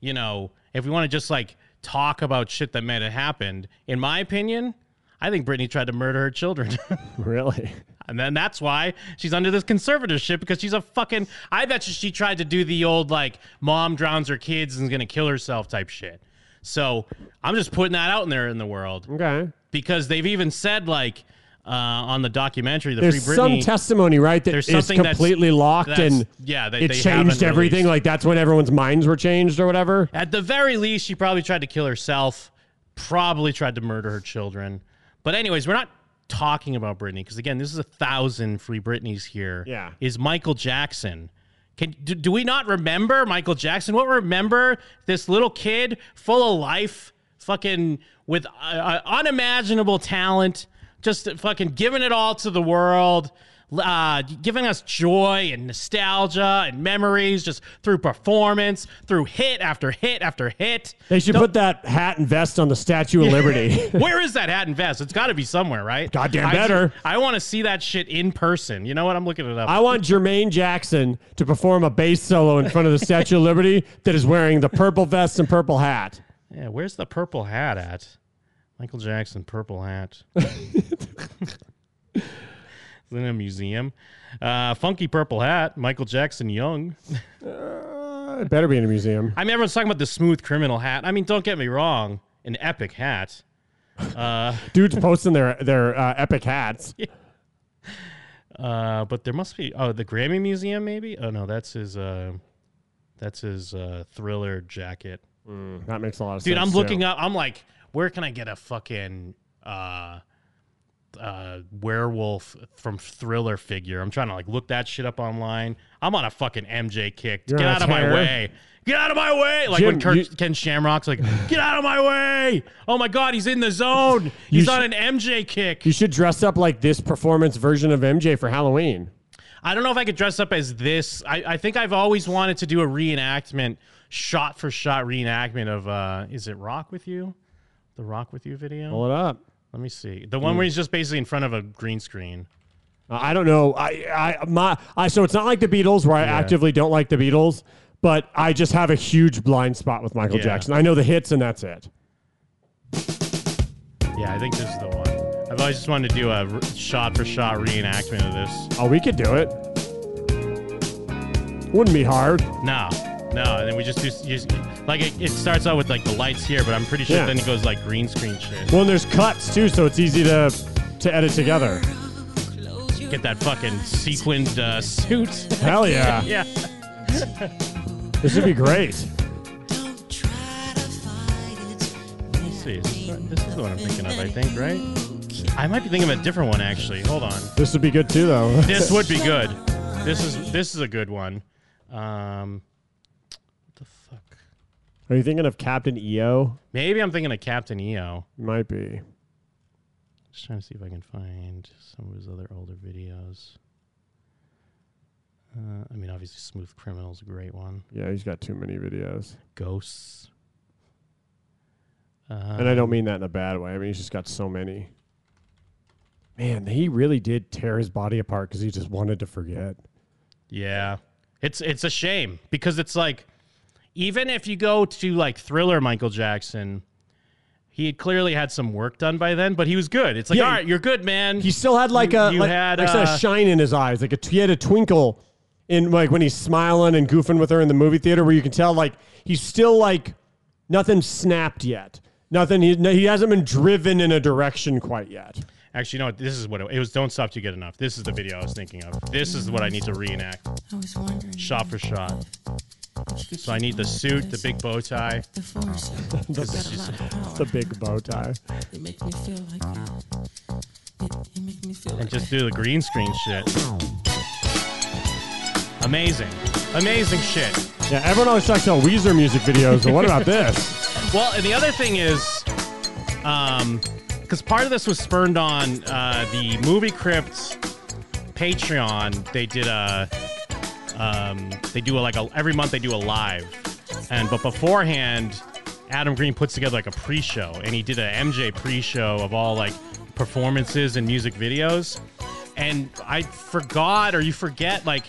you know, if we want to just like talk about shit that might have happened, in my opinion, I think Britney tried to murder her children. Really? And then that's why she's under this conservatorship because she's a fucking. I bet you she tried to do the old like mom drowns her kids and is gonna kill herself type shit. So I'm just putting that out in there in the world. Okay. Because they've even said like uh, on the documentary, the There's Free some Britney. testimony, right? That there's is something that's- completely locked that's- and yeah, they- it they changed haven't everything. released. Like that's when everyone's minds were changed or whatever. At the very least, she probably tried to kill herself. Probably tried to murder her children. But anyways, we're not talking about Britney because again, this is a thousand free Britneys here. Yeah. is Michael Jackson. Can do, do we not remember Michael Jackson? What remember this little kid full of life, fucking with uh, uh, unimaginable talent, just fucking giving it all to the world. Uh, giving us joy and nostalgia and memories just through performance, through hit after hit after hit. They should put that hat and vest on the Statue of Liberty. Where is that hat and vest? It's got to be somewhere, right? Goddamn I- better. I, want to see that shit in person. You know what? I'm looking it up. I want Jermaine Jackson to perform a bass solo in front of the Statue of Liberty that is wearing the purple vest and purple hat. Yeah, where's the purple hat at? Michael Jackson purple hat. It's in a museum. Uh, funky purple hat. Michael Jackson young. Uh, It better be in a museum. I mean, everyone's talking about the smooth criminal hat. I mean, don't get me wrong, an epic hat. Uh, Dudes posting their their uh, epic hats. Uh, but there must be oh the Grammy Museum maybe. Oh no, that's his uh, that's his uh, Thriller jacket. Hmm, That makes a lot of Dude, sense. I'm too. looking up. I'm like, where can I get a fucking uh, uh, werewolf from Thriller figure? I'm trying to like look that shit up online. I'm on a fucking MJ kick. You're get on a out of my tear. way. Get out of my way. Like Jim, when Kurt, you- Ken Shamrock's like, get out of my way. Oh my god, he's in the zone. You He's sh- on an MJ kick. You should dress up like this performance version of MJ for Halloween. I don't know if I could dress up as this. I, I think I've always wanted to do a reenactment, shot for shot reenactment of uh, is it Rock with You? The Rock with You video. Pull it up. Let me see. The one where he's just basically in front of a green screen. Uh, I don't know. I, I, my, I, so it's not like the Beatles where I Yeah. actively don't like the Beatles, but I just have a huge blind spot with Michael Yeah. Jackson. I know the hits and that's it. Yeah, I think this is the one. I've always just wanted to do a shot for shot reenactment of this. Oh, we could do it. Wouldn't be hard. No, no. And then we just do you just, like it, it starts out with like the lights here, but I'm pretty sure Yeah. then it goes like green screen shit. Well, and there's cuts too, so it's easy to to edit together. Get that fucking sequined uh, suit. Hell yeah. yeah. This would be great. Let me see. This is the one I'm thinking of, I think, right? I might be thinking of a different one actually. Hold on. This would be good too, though. this would be good. This is this is a good one. Um, Are you thinking of Captain EO? maybe I'm thinking of Captain E EO. Might be. Just trying to see if I can find some of his other older videos. Uh, I mean, obviously, Smooth Criminal's a great one. Yeah, he's got too many videos. Ghosts. and I Um, don't mean that in a bad way. I mean he's just got so many. Man, he really did tear his body apart because he just wanted to forget. Yeah. It's it's a shame because it's like even if you go to like Thriller Michael Jackson, he had clearly had some work done by then, but he was good. It's like, Yeah. all right, you're good, man. He still had like You- a you like, had, like, sort of uh, shine in his eyes, like a, he had a twinkle in like when he's smiling and goofing with her in the movie theater, where you can tell like he's still like nothing snapped yet, nothing. He no, he hasn't been driven in a direction quite yet. Actually, you know what? This is what it, it was. Don't stop to get enough. This is the video I was thinking of. This is what I need to reenact. I was wondering. Shot for shot. So I need the suit, the big bow tie. This is just- It's a big bow tie. Oh. It makes me feel like it, it makes me feel and like just do the green screen shit. Amazing, amazing shit. Yeah, everyone always talks about Weezer music videos, but what about this? Well, and the other thing is, um, because part of this was spurned on uh, the Movie Crypt Patreon. They did a, um, they do a, like a every month they do a live, and but beforehand, Adam Green puts together like a pre-show, and he did a MJ pre-show of all like performances and music videos, and I forgot or you forget like.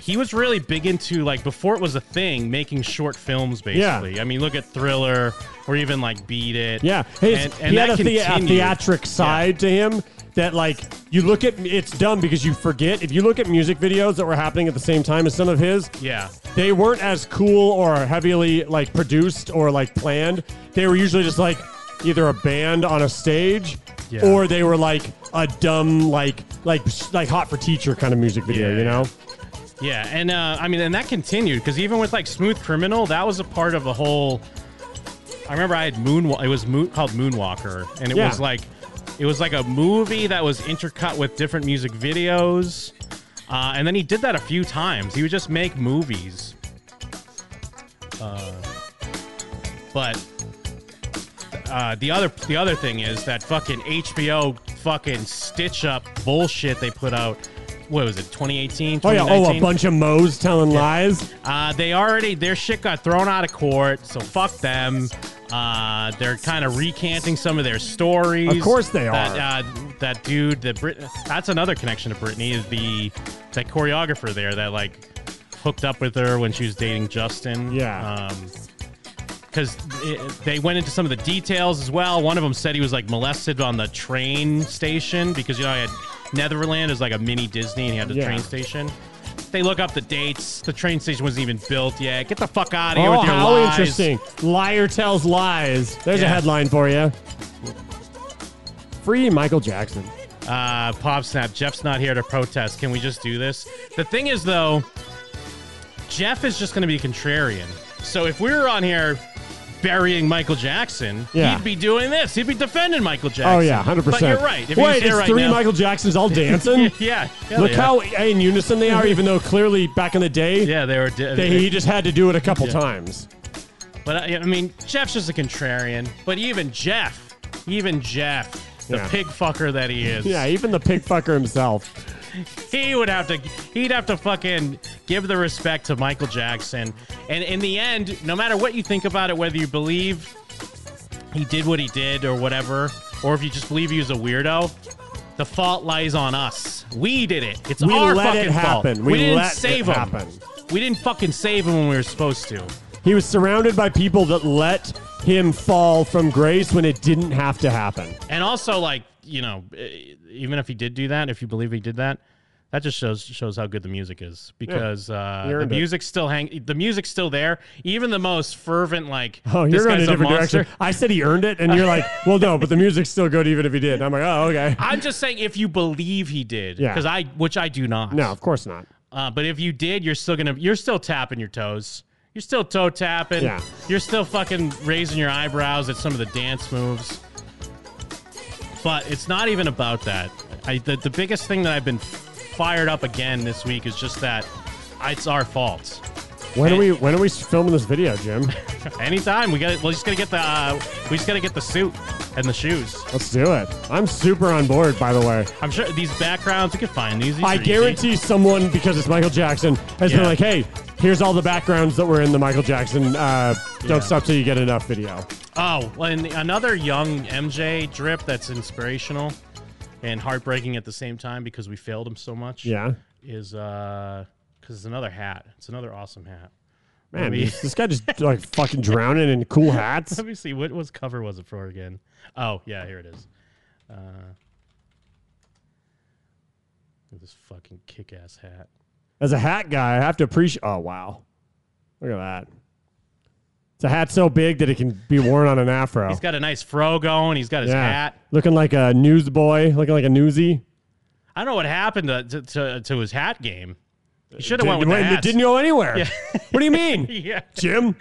He was really big into like before it was a thing, making short films Yeah. basically. I mean, look at Thriller or even like Beat It. Yeah, hey, it's- and, and he that had a, the- a continued. theatric side to him that like you look at it's dumb because you forget if you look at music videos that were happening at the same time as some of his Yeah. they weren't as cool or heavily like produced or like planned. They were usually just like either a band on a stage Yeah. or they were like a dumb like like like hot for teacher kind of music video, you know? Yeah, and uh, I mean, and that continued because even with like Smooth Criminal, that was a part of the whole. I remember I had Moon. It was moon, called Moonwalker, and it Yeah. was like, it was like a movie that was intercut with different music videos, uh, and then he did that a few times. He would just make movies. Uh, but uh, the other the other thing is that fucking HBO fucking stitch up bullshit they put out. What was it? 2018. Oh yeah, oh a 2019? bunch of mo's telling lies. Uh, they already their shit got thrown out of court, so fuck them. Uh, they're kind of recanting some of their stories. Of course they That, uh, that dude, the Brit- that's another connection to Britney is the that choreographer there that like hooked up with her when she was dating Justin. Yeah. Um, because they went into some of the details as well. One of them said he was like molested on the train station because you know I had Netherland is like a mini Disney and he had the Yeah. train station. They look up the dates. The train station wasn't even built yet. Get the fuck out of here Oh, with your how lies. interesting. Liar tells lies. There's a Yeah. headline for you. Free Michael Jackson. Uh, Pop Snap, Jeff's not here to protest. Can we just do this? The thing is, though, Jeff is just going to be contrarian. So if we were on here burying Michael Jackson, Yeah. he'd be doing this. He'd be defending Michael Jackson. Oh yeah, hundred But percent. you're right. If he was Wait, here it's right three now- Michael Jacksons all dancing. yeah. hell Look yeah. how in unison they are, even though clearly back in the day, yeah, they were. they, he just had to do it a couple Yeah. times. But uh, I, I mean, Jeff's just a contrarian. But even Jeff, even Jeff, the Yeah. pig fucker that he is, Yeah, even the pig fucker himself. he would have to. He'd have to fucking give the respect to Michael Jackson. And in the end, no matter what you think about it, whether you believe he did what he did or whatever, or if you just believe he was a weirdo. The fault lies on us. We did it. It's We our let fucking it happen. fault. We didn't let save it him. happen. We didn't fucking save him when we were supposed to. He was surrounded by people that let him fall from grace when it didn't have to happen. And also, like, you know, eh, even if he did do that, if you believe he did that, That just shows shows how good the music is because uh, You the earned it. music's still hang the music's still there. Even the most fervent like Oh, this you're going guy's a different monster. direction. I said he earned it, and you're like, well, no, but the music's still good even if he did. I'm like, oh, okay. I'm just saying if you believe he did, Yeah. because I which I do not. No, of course not. Uh, but if you did, you're still gonna you're still tapping your toes. You're still toe tapping. Yeah. You're still fucking raising your eyebrows at some of the dance moves. But it's not even about that. I the, the biggest thing that I've been fired up again this week is just that it's our fault. When are we when are we filming this video, Jim? Anytime we got, we just gotta get the uh, we just gotta get the suit and the shoes. Let's do it. I'm super on board, by the way. I'm sure these backgrounds we can find these. these I are easy. guarantee someone, because it's Michael Jackson, has been Yeah. like, hey, here's all the backgrounds that were in the Michael Jackson uh, Don't Yeah. Stop Till You Get Enough video. Oh, well, and another young MJ drip that's inspirational and heartbreaking at the same time because we failed him so much. Yeah. Is uh because it's another hat. It's another awesome hat. Man, Let me- this, this guy just like fucking drowning in cool hats. Let me see what was cover was it for again? Oh yeah, here it is. Uh, look at this fucking kick-ass hat. As a hat guy, I have to appreciate. Oh wow, look at that! It's a hat so big that it can be worn on an afro. He's got a nice fro going. He's got his hat. looking like a newsboy, looking like a newsie. I don't know what happened to to, to, to his hat game. He should have went with Didn't- the wait, hats. Didn't go anywhere. Yeah. What do you mean, Yeah. Jim?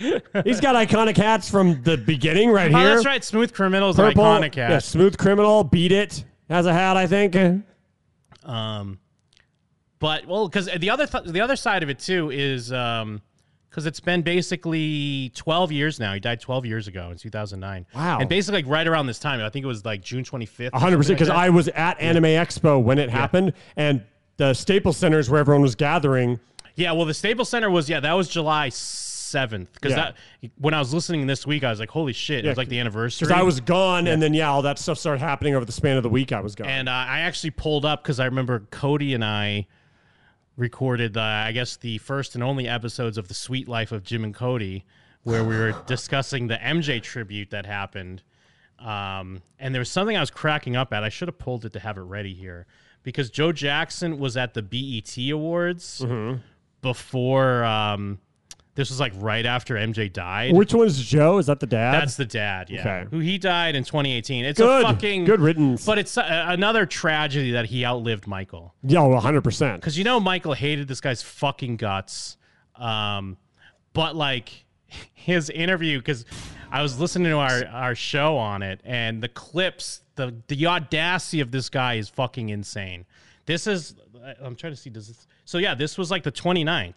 He's got iconic hats from the beginning, right oh, here. that's right. Smooth Criminal's an Purple, iconic Yeah, hat. smooth criminal, beat it. Has a hat, I think. Um, but well, because the other th- the other side of it too is um, because it's been basically twelve years now. He died twelve years ago in two thousand nine. Wow. And basically, like, right around this time, I think it was like June twenty fifth. 100% because I was at Anime Expo when it Yeah. happened, and the Staples Center is where everyone was gathering. Yeah, well, the Staples Center was yeah, that was July seventh. Because Yeah. that when I was listening this week, I was like, holy shit, it Yeah, was like the anniversary. Because I was gone, Yeah. and then yeah, all that stuff started happening over the span of the week. I was gone. And uh, I actually pulled up because I remember Cody and I recorded, uh, I guess, the first and only episodes of The Sweet Life of Jim and Cody, where we were discussing the MJ tribute that happened. Um, and there was something I was cracking up at. I should have pulled it to have it ready here because Joe Jackson was at the BET Awards before. Um, this was like right after MJ died. Which one's Joe? Is that the dad? That's the dad, yeah. Okay. Who he died in 2018. It's Good. a fucking Good riddance. But it's uh another tragedy that he outlived Michael yeah, one hundred percent. because you know Michael hated this guy's fucking guts. Um, but like his interview, because I was listening to our our show on it, and the clips, the the audacity of this guy is fucking insane. This is, I- I'm trying to see, does this? So yeah, this was like the 29th.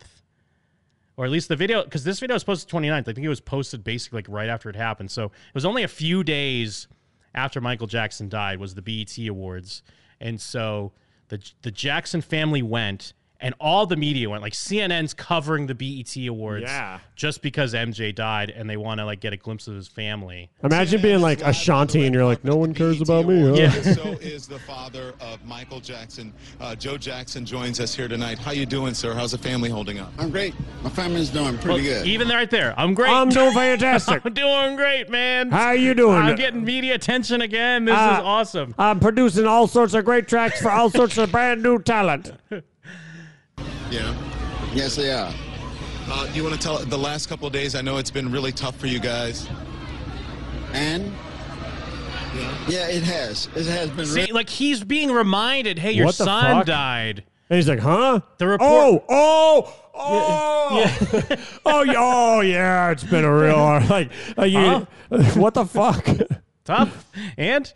Or at least the video, because this video was posted 29th. I think it was posted basically like right after it happened. So it was only a few days after Michael Jackson died was the BET Awards, and so the the Jackson family went, and all the media went. Like CNN's covering the BET Awards, Yeah. just because MJ died, and they want to like get a glimpse of his family. Imagine being like Ashanti, and you're like, no one cares about me. huh? so is the father of Michael Jackson. Uh, Joe Jackson joins us here tonight. How you doing, sir? How's the family holding up? I'm great. My family's doing Well, Even right there, I'm great. I'm doing fantastic. I'm doing great, man. How you doing? I'm getting media attention again. This Uh, is awesome. I'm producing all sorts of great tracks for all sorts of brand new talent. Yeah. Yes, they are. Uh, you want to tell the last couple of days? I know it's been really tough for you guys. And Yeah, it has. It has been. See, like he's being reminded, hey, your What the son fuck? died. And he's like, huh? The report- Oh, oh, oh, oh, yeah, oh, yeah. It's been a real hard. Like, like you, what the fuck? Tough. And?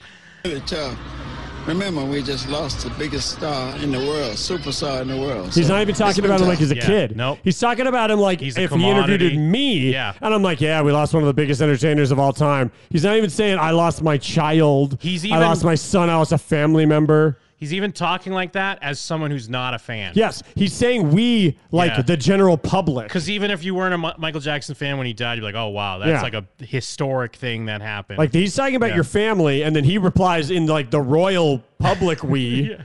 Really tough. uh, Remember, we just lost the biggest star in the world, superstar in the world. He's So not even it's talking been about him like tough. he's a kid. Nope. He's talking about him like a if he interviewed commodity. me. Yeah. And I'm like, yeah, we lost one of the biggest entertainers of all time. He's not even saying I lost my child. He's I even- lost my son. I lost a family member. He's even talking like that as someone who's not a fan. Yes, he's saying we like Yeah. the general public. Because even if you weren't a Mi- Michael Jackson fan when he died, you're like, oh, wow, that's Yeah. like a historic thing that happened. Like he's talking about Yeah. your family, and then he replies in like the royal public we.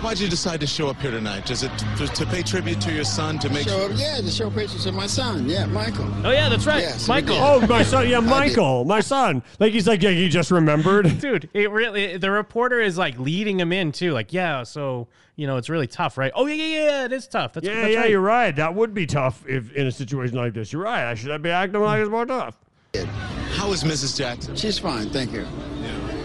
Why'd you decide to show up here tonight? Is it to, to pay tribute to your son? To make Show, yeah, to show pictures of my son. Yeah, Michael. Oh yeah, that's right, Yes, we Michael. did. Oh, my son. Yeah, Michael, my son. Like he's like, yeah, you just remembered. dude it really the reporter is like leading him in too like yeah so you know it's really tough right oh yeah yeah yeah it is tough that's, yeah, that's yeah, right. you're right. That would be tough if in a situation like this. You're right. I should be acting like it's more tough. How is Mrs. Jackson? She's fine, thank you.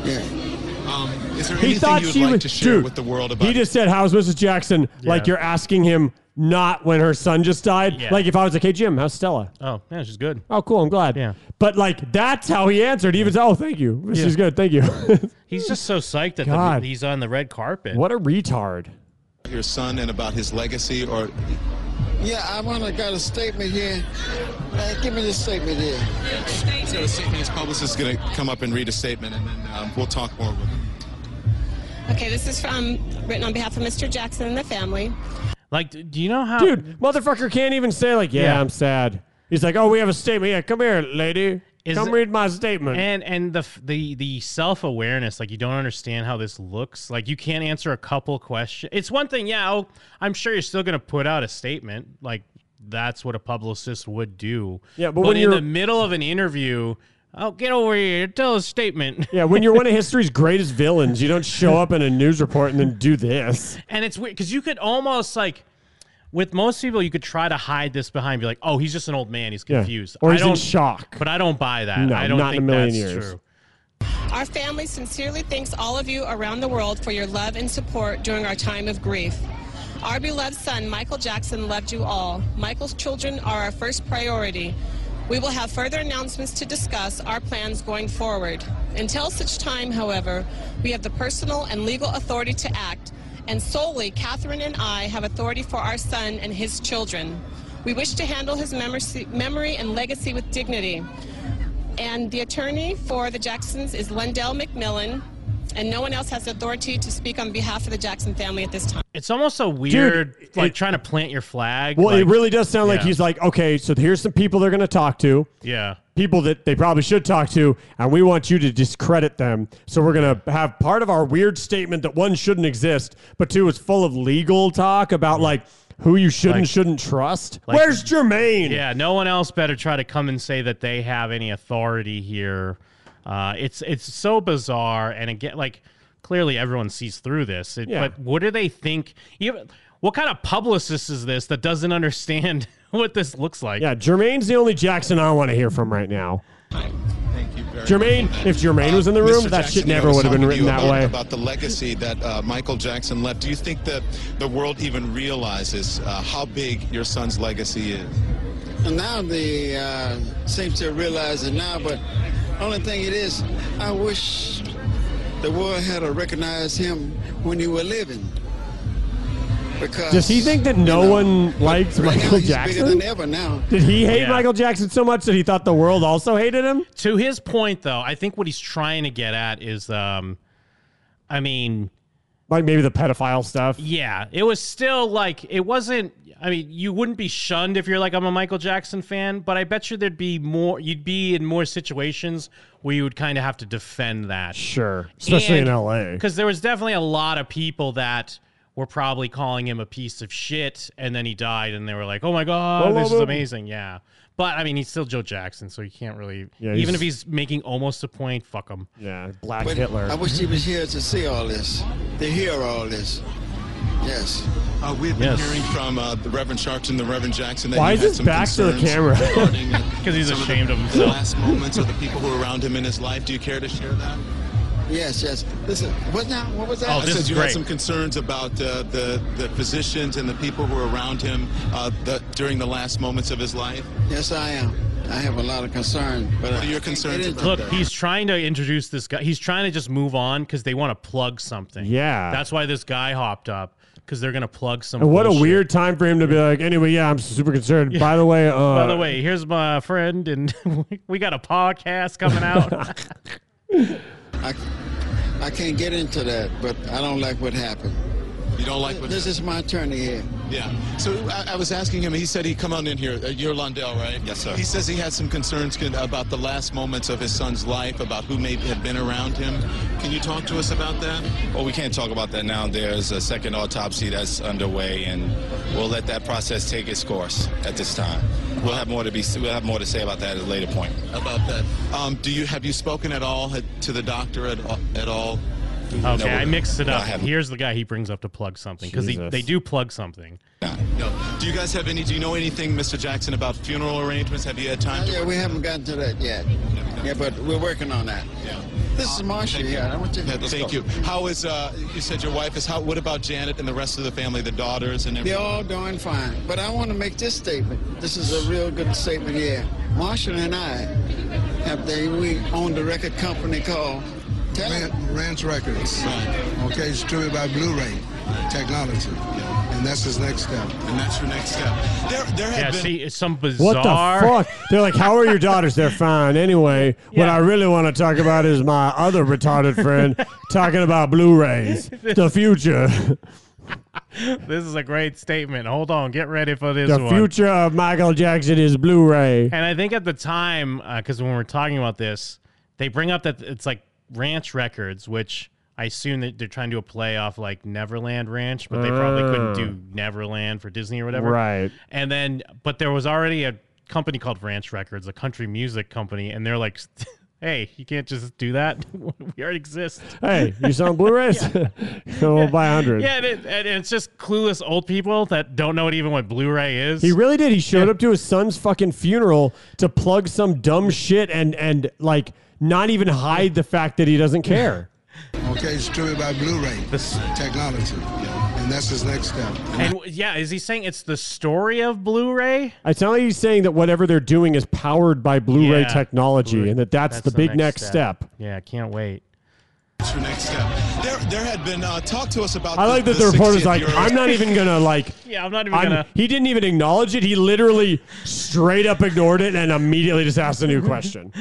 Yeah. Um, is there He anything thought you would she like was to share dude, with the world about? He just said, "How's Mrs. Jackson?" Like Yeah. you're asking him not when her son just died. Yeah. Like if I was like, "Hey Jim, how's Stella?" oh yeah she's good Oh, cool. I'm glad. Yeah. But like that's how he answered. He was, "Oh, thank you. She's Yeah. good. Thank you." he's just so psyched that God. the, he's on the red carpet what a retard. your son and about his legacy, or Yeah, I want to got a statement here. Uh, give me this statement here. so the statement's publicist is going to come up and read a statement, and then um, we'll talk more with him. Okay, this is from written on behalf of Mr. Jackson and the family. like d- do you know how Dude, motherfucker can't even say like, "Yeah, Yeah. I'm sad." He's like, "Oh, we have a statement. Yeah, come here, lady. Is come it- read my statement." and and the f- the the self awareness, like you don't understand how this looks. Like you can't answer a couple questions. It's one thing, yeah. Oh, I'm sure you're still gonna put out a statement. Like that's what a publicist would do. Yeah, but when in you're- the middle of an interview, oh, get over here, tell a statement. yeah, when you're one of history's greatest villains, you don't show up in a news report and then do this. And it's weird because you could almost like. With most people, you could try to hide this behind, be like, "Oh, he's just an old man. He's Yeah. confused, Or I he's in don't- shock. But I don't buy that. No, I don't not in a think million that's years. true. Our family sincerely thanks all of you around the world for your love and support during our time of grief. Our beloved son, Michael Jackson, loved you all. Michael's children are our first priority. We will have further announcements to discuss our plans going forward. Until such time, however, we have the personal and legal authority to act, and solely Catherine and I have authority for our son and his children. We wish to handle his memory- memory and legacy with dignity. And the attorney for the Jacksons is Lindell McMillan, and no one else has authority to speak on behalf of the Jackson family at this time. It's almost a weird, like trying to plant your flag. Well, it like- really does sound like Yeah. he's like, okay, so here's some people they're going to talk to, yeah. people that they probably should talk to, and we want you to discredit them. So we're going to have part of our weird statement that one shouldn't exist, but two is full of legal talk about like who you should and Like- shouldn't trust. like- Where's Jermaine? Yeah, no one else better try to come and say that they have any authority here. Uh, it's it's so bizarre, and again, like clearly everyone sees through this. It, Yeah. But what do they think? Even what kind of publicist is this that doesn't understand what this looks like? Yeah, Jermaine's the only Jackson I want to hear from right now. Thank you very Jermaine, much. if Jermaine was in the Uh, room, Mr. that shit Jackson, I never was would have been talking to written you that about, way. About the legacy that uh, Michael Jackson left, do you think that the world even realizes uh, how big your son's legacy is? And now they uh, seem to realize it now, but only thing it is, I wish the world had to recognize him when he was living. Because Does he think that no one likes right now Michael he's Jackson? bigger than ever now. Did he hate Yeah. Michael Jackson so much that he thought the world also hated him? To his point, though, I think what he's trying to get at is, um, I mean, Like maybe the pedophile stuff. Yeah, it was still like it wasn't. I mean, you wouldn't be shunned if you're like I'm a Michael Jackson fan, but I bet you there'd be more. You'd be in more situations where you would kind of have to defend that, Sure. Especially in LA. because there was definitely a lot of people that were probably calling him a piece of shit, and then he died, and they were like, "Oh my god, Well, this well, is well. amazing!" Yeah, but I mean, he's still Joe Jackson, so you can't really, Yeah, even he's- if he's making almost a point, fuck him. Yeah, Black But I wish he was here to see all this, to hear all this. Yes. Uh, we've been hearing from uh, the Reverend Sharpton, the Reverend Jackson. That Why he is had his some back to the concerns camera? regarding, uh, 'Cause he's some the- ashamed of the himself. Last moments of the people who were around him in his life. Do you care to share that? Yes, yes. Listen, what now? What was that? I said you had some concerns about uh, the the physicians and the people who were around him uh, the, during the last moments of his life. Yes, I am. I have a lot of concern. But What are your concerns about Look, that? he's trying to introduce this guy. He's trying to just move on because they want to plug something. Yeah. That's why this guy hopped up because they're going to plug some. And what a bullshit. weird time for him to be like, anyway, yeah, I'm super concerned. By the way, uh, By the way, here's my friend, and we got a podcast coming out. I, I can't get into that, but I don't like what happened. You don't like what This is my attorney here. Yeah. So I, I was asking him. He said he come on in here. Uh, You're Lundell, right? Yes, sir. He says he had some concerns con- about the last moments of his son's life, about who may have been around him. Can you talk to us about that? Well, we can't talk about that now. There's a second autopsy that's underway, and we'll let that process take its course at this time. We'll have more to be. We'll have more to say about that at a later point. About that. Um, do you have you spoken at all to the doctor at all? At all? Okay, No. I mixed it No, up. I haven't. Here's the guy he brings up to plug something because they, Jesus. they do plug something. No. Do you guys have any? Do you know anything, Mr. Jackson, about funeral arrangements? Have you had time? to Yeah, we haven't gotten to that yet. Yeah, but we're working on that. Yeah. This is Marcia here. I want you Yeah, Thank you. How is uh? You said your wife is. How? What about Janet and the rest of the family, the daughters and They're everyone? all doing fine. But I want to make this statement. This is a real good statement here. Marshall and I have they we owned a record company called Ran- Ranch Records. Okay, it's distributed by Blu-ray technology, and that's his next step. And that's your next step. There, there Yeah, see, it's some What bizarre. the fuck? They're like, how are your daughters? They're fine. Anyway, what I really want to talk about is my other retarded friend talking about Blu-rays, the future, This is a great statement. Hold on, get ready for this the one. future of Michael Jackson is Blu-ray. And I think at the time, because when we we're talking about this, they bring up that it's like Ranch Records, which I assume that they're trying to do a play off like Neverland Ranch, but they probably couldn't Ah. do Neverland for Disney or whatever. Right. And then, but there was already a company called Ranch Records, a country music company, and they're like, hey, you can't just do that. we already exist. Hey, you selling Blu-rays? we'll buy a hundred. Yeah, and, it, and it's just clueless old people that don't know what even what Blu-ray is. He really did. He showed up to his son's fucking funeral to plug some dumb shit and and like not even hide the fact that he doesn't care. Okay, it's distributed by Blu-ray technology, and that's his next step. And w- yeah, is he saying it's the story of Blu-ray? I sound like he's saying that whatever they're doing is powered by Blu-ray Yeah. technology, and that that's, the, big next, step. Yeah, I can't wait. That's your next step. There, there had been. Uh, talk to us about. I like that the, reporter's like, I'm not even gonna like. Yeah, I'm not even I'm- gonna. He didn't even acknowledge it. He literally straight up ignored it and immediately just asked a new question.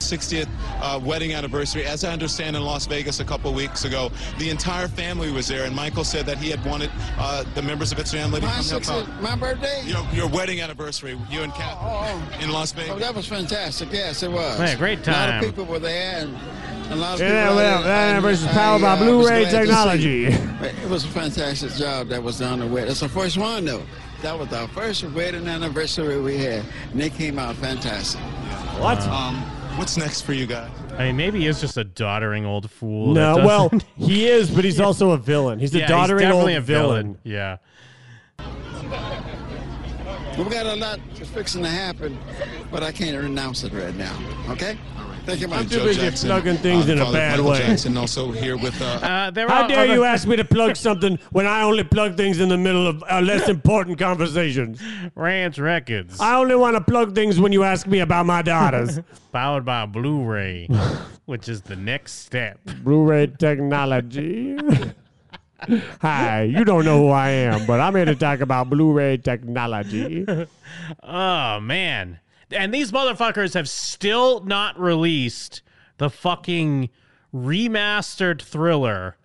60th uh, wedding anniversary. As I understand, in Las Vegas a couple weeks ago, the entire family was there, and Michael said that he had wanted uh, the members of his family to My come help out. sixth, my birthday. Your, your wedding anniversary, you and Catherine, in Las Vegas. Oh, that was fantastic. Yes, it was. Man, great A lot time. of people were there, and a lot of Yeah, people. out well, there, that and versus I, powered by uh, was Blu-ray glad to see. technology. It was a fantastic job that was done. Away. That's the first one, though. That was our first wedding anniversary we had, and it came out fantastic. What? Um, what's next for you guys? I mean, maybe he is just a doddering old fool. that no, doesn't- well, he is, but he's also a villain. He's a Yeah, doddering definitely old a villain. Yeah. We got a lot that's fixing to happen, but I can't announce it right now. Okay? Thank you, I'm much. too busy plugging things in a Father bad Michael way. Jackson also here with. Uh, How dare you ask ask me to plug something when I only plug things in the middle of uh, less important conversations? Ranch Records. I only want to plug things when you ask me about my daughters. Powered by Blu-ray, which is the next step. Blu-ray technology. Hi, you don't know who I am, but I'm here to talk about Blu-ray technology. Oh man! And these motherfuckers have still not released the fucking remastered thriller.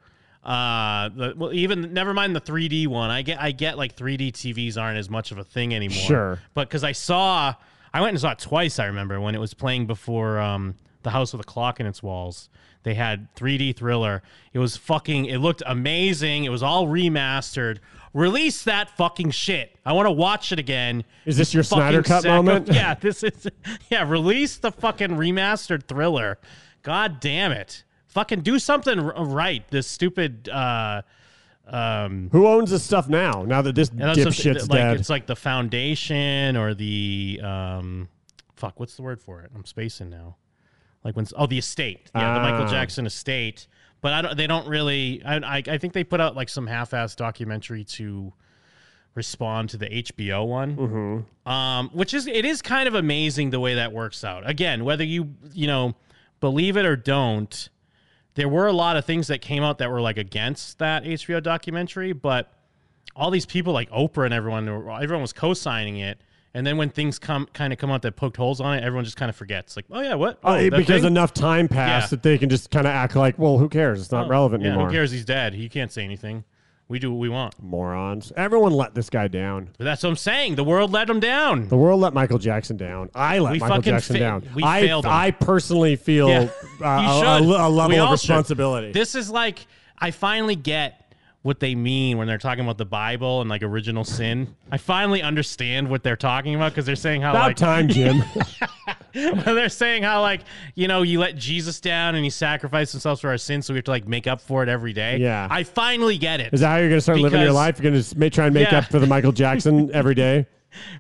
Uh, the, well, even never mind the 3D one. I get, I get like 3D TVs aren't as much of a thing anymore. Sure. but because I saw, I went and saw it twice. I remember when it was playing before um, the house with a clock in its walls. They had 3D thriller. It was fucking. It looked amazing. It was all remastered. Release that fucking shit. I want to watch it again. Is this your Fucking Snyder Cut sack of- moment? yeah, this is. Yeah, release the fucking remastered thriller. God damn it! Fucking do something r- uh, right. This stupid. Uh, um, Who owns this stuff now? Now that this and that's what- dipshit's like, dead. It's like the foundation or the um, fuck. What's the word for it? I'm spacing now. Like when oh the estate, yeah, the Michael Ah. Jackson estate. But I don't. They don't really. I I, I think they put out like some half-assed documentary to respond to the HBO one. Mm-hmm. Um, which is it is kind of amazing the way that works out. Again, whether you you know believe it or don't, there were a lot of things that came out that were like against that HBO documentary, but all these people like Oprah and everyone, everyone was co-signing it. And then when things come kind of come out that poked holes on it, everyone just kind of forgets. Like, oh yeah, what? Oh, it- that because thing? enough time passed Yeah. Oh, that they can just kind of act like, well, who cares? It's not relevant yeah, anymore. who cares? He's dead. He can't say anything. We do what we want. Morons. Everyone let this guy down. But that's what I'm saying. The world let him down. The world let Michael Jackson down. I let We Michael fucking Jackson fa- down. we I, failed him. I personally feel Yeah. uh, a, You should. a- a level We of all should. responsibility. This is like I finally get what they mean when they're talking about the Bible and like original sin. I finally understand what they're talking about because they're saying how About like time, Jim. when they're saying how like you know you let Jesus down and he sacrificed himself for our sins, so we have to like make up for it every day. Yeah. I finally get it. is that how you're going to start living your Because- life? You're going to try and make Yeah. up for the Michael Jackson every day?